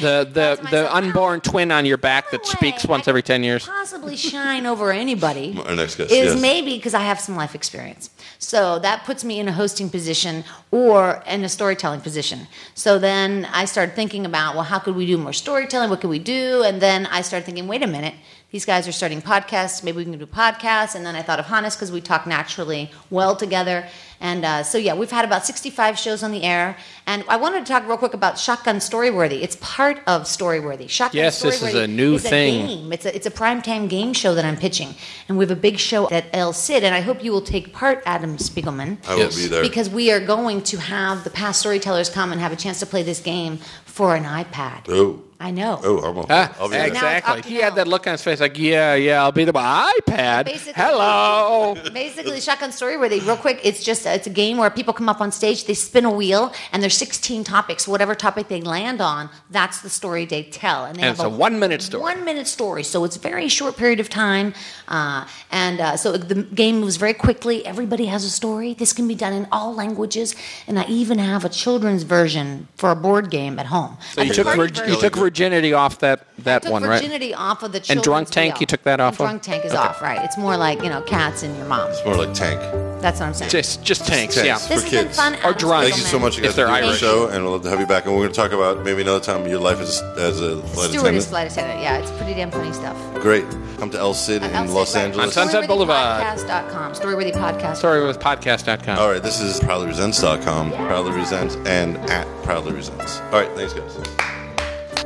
[SPEAKER 6] the,
[SPEAKER 5] to
[SPEAKER 6] the
[SPEAKER 5] myself, how-
[SPEAKER 6] unborn twin on your back that
[SPEAKER 5] No
[SPEAKER 6] speaks
[SPEAKER 5] way
[SPEAKER 6] once
[SPEAKER 5] I
[SPEAKER 6] every
[SPEAKER 5] could
[SPEAKER 6] ten years.
[SPEAKER 5] Possibly shine over anybody.
[SPEAKER 4] Our next guest,
[SPEAKER 5] is
[SPEAKER 4] yes.
[SPEAKER 5] maybe because I have some life experience. So that puts me in a hosting position or in a storytelling position. So then I started thinking about, well, how could we do more storytelling? What could we do? And then I started thinking, wait a minute, these guys are starting podcasts. Maybe we can do podcasts. And then I thought of Hannes because we talk naturally well together. And uh, so, yeah, we've had about 65 shows on the air. And I wanted to talk real quick about Shotgun Storyworthy. It's part of Storyworthy. Shotgun
[SPEAKER 6] Yes, this is a
[SPEAKER 5] Storyworthy
[SPEAKER 6] new thing.
[SPEAKER 5] game. It's a it's a primetime game show that I'm pitching, and we have a big show at El Cid, and I hope you will take part, Adam Spiegelman,
[SPEAKER 4] I
[SPEAKER 6] Yes.
[SPEAKER 4] will be there.
[SPEAKER 5] because we are going to have the past storytellers come and have a chance to play this game for an iPad.
[SPEAKER 4] oh,
[SPEAKER 5] I know.
[SPEAKER 4] oh, I'm on.
[SPEAKER 6] Ah,
[SPEAKER 4] I'll be there.
[SPEAKER 5] Now it's
[SPEAKER 6] exactly.
[SPEAKER 5] up to
[SPEAKER 6] He
[SPEAKER 5] you.
[SPEAKER 6] had that look on his face, like, yeah, yeah, I'll beat him by iPad.
[SPEAKER 5] Basically-
[SPEAKER 6] Hello.
[SPEAKER 5] Basically, shotgun story where they real quick. It's just it's a game where people come up on stage, they spin a wheel, and there's 16 topics. Whatever topic they land on, that's the story they tell. And, they
[SPEAKER 6] And
[SPEAKER 5] have
[SPEAKER 6] it's a one-minute story.
[SPEAKER 5] One-minute story, so it's a very short period of time, uh, and uh, so the game moves very quickly. Everybody has a story. This can be done in all languages, and I even have a children's version for a board game at home.
[SPEAKER 6] So you took,
[SPEAKER 5] virginity.
[SPEAKER 6] virg- you took virginity off that, that
[SPEAKER 5] took
[SPEAKER 6] one, right?
[SPEAKER 5] virginity off of the children's
[SPEAKER 6] Drunk Tank,
[SPEAKER 5] wheel.
[SPEAKER 6] you took that
[SPEAKER 5] And
[SPEAKER 6] off of?
[SPEAKER 5] Drunk Tank is
[SPEAKER 6] Okay.
[SPEAKER 5] off, right? It's more like you know cats and your mom.
[SPEAKER 4] It's more like tank.
[SPEAKER 5] That's what I'm saying.
[SPEAKER 6] Just, just tanks,
[SPEAKER 4] Tanks.
[SPEAKER 6] yeah.
[SPEAKER 5] this
[SPEAKER 4] for
[SPEAKER 5] has been
[SPEAKER 4] kids.
[SPEAKER 5] fun.
[SPEAKER 4] Or
[SPEAKER 5] Adam
[SPEAKER 6] drunk.
[SPEAKER 4] Thank you so much, you guys,
[SPEAKER 6] If they're
[SPEAKER 4] for doing the
[SPEAKER 5] Irish.
[SPEAKER 4] show, and we'll love to have you back. And we're going to talk about maybe another time your life as, as a flight
[SPEAKER 5] Stewardess
[SPEAKER 4] attendant.
[SPEAKER 5] flight attendant. Yeah, it's pretty damn funny stuff.
[SPEAKER 4] Great. Come to El Cid in
[SPEAKER 5] I'll say
[SPEAKER 4] Los
[SPEAKER 5] right.
[SPEAKER 4] Angeles.
[SPEAKER 6] On Sunset Boulevard.
[SPEAKER 5] Storyworthypodcast.com. Storyworthy podcast.
[SPEAKER 6] Sorry, with podcast.com.
[SPEAKER 4] All right, this is proudlyresents.com, proudly resents, and at proudly resents. All right, thanks, guys.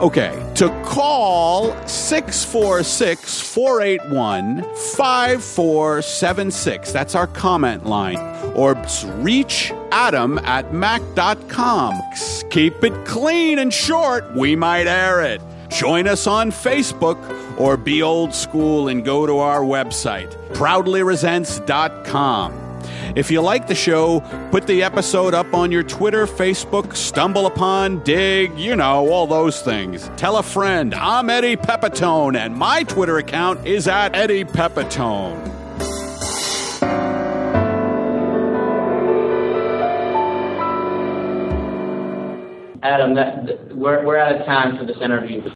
[SPEAKER 1] Okay, to call 646 481 5476. That's our comment line. Or reach adam at mac.com. Keep it clean and short. We might air it. Join us on Facebook or be old school and go to our website, proudlyresents.com. If you like the show, put the episode up on your Twitter, Facebook, stumble upon, dig, you know, all those things. Tell a friend. I'm Eddie Pepitone, and my Twitter account is at Eddie Pepitone.
[SPEAKER 2] Adam, that, we're, we're out of time for this interview.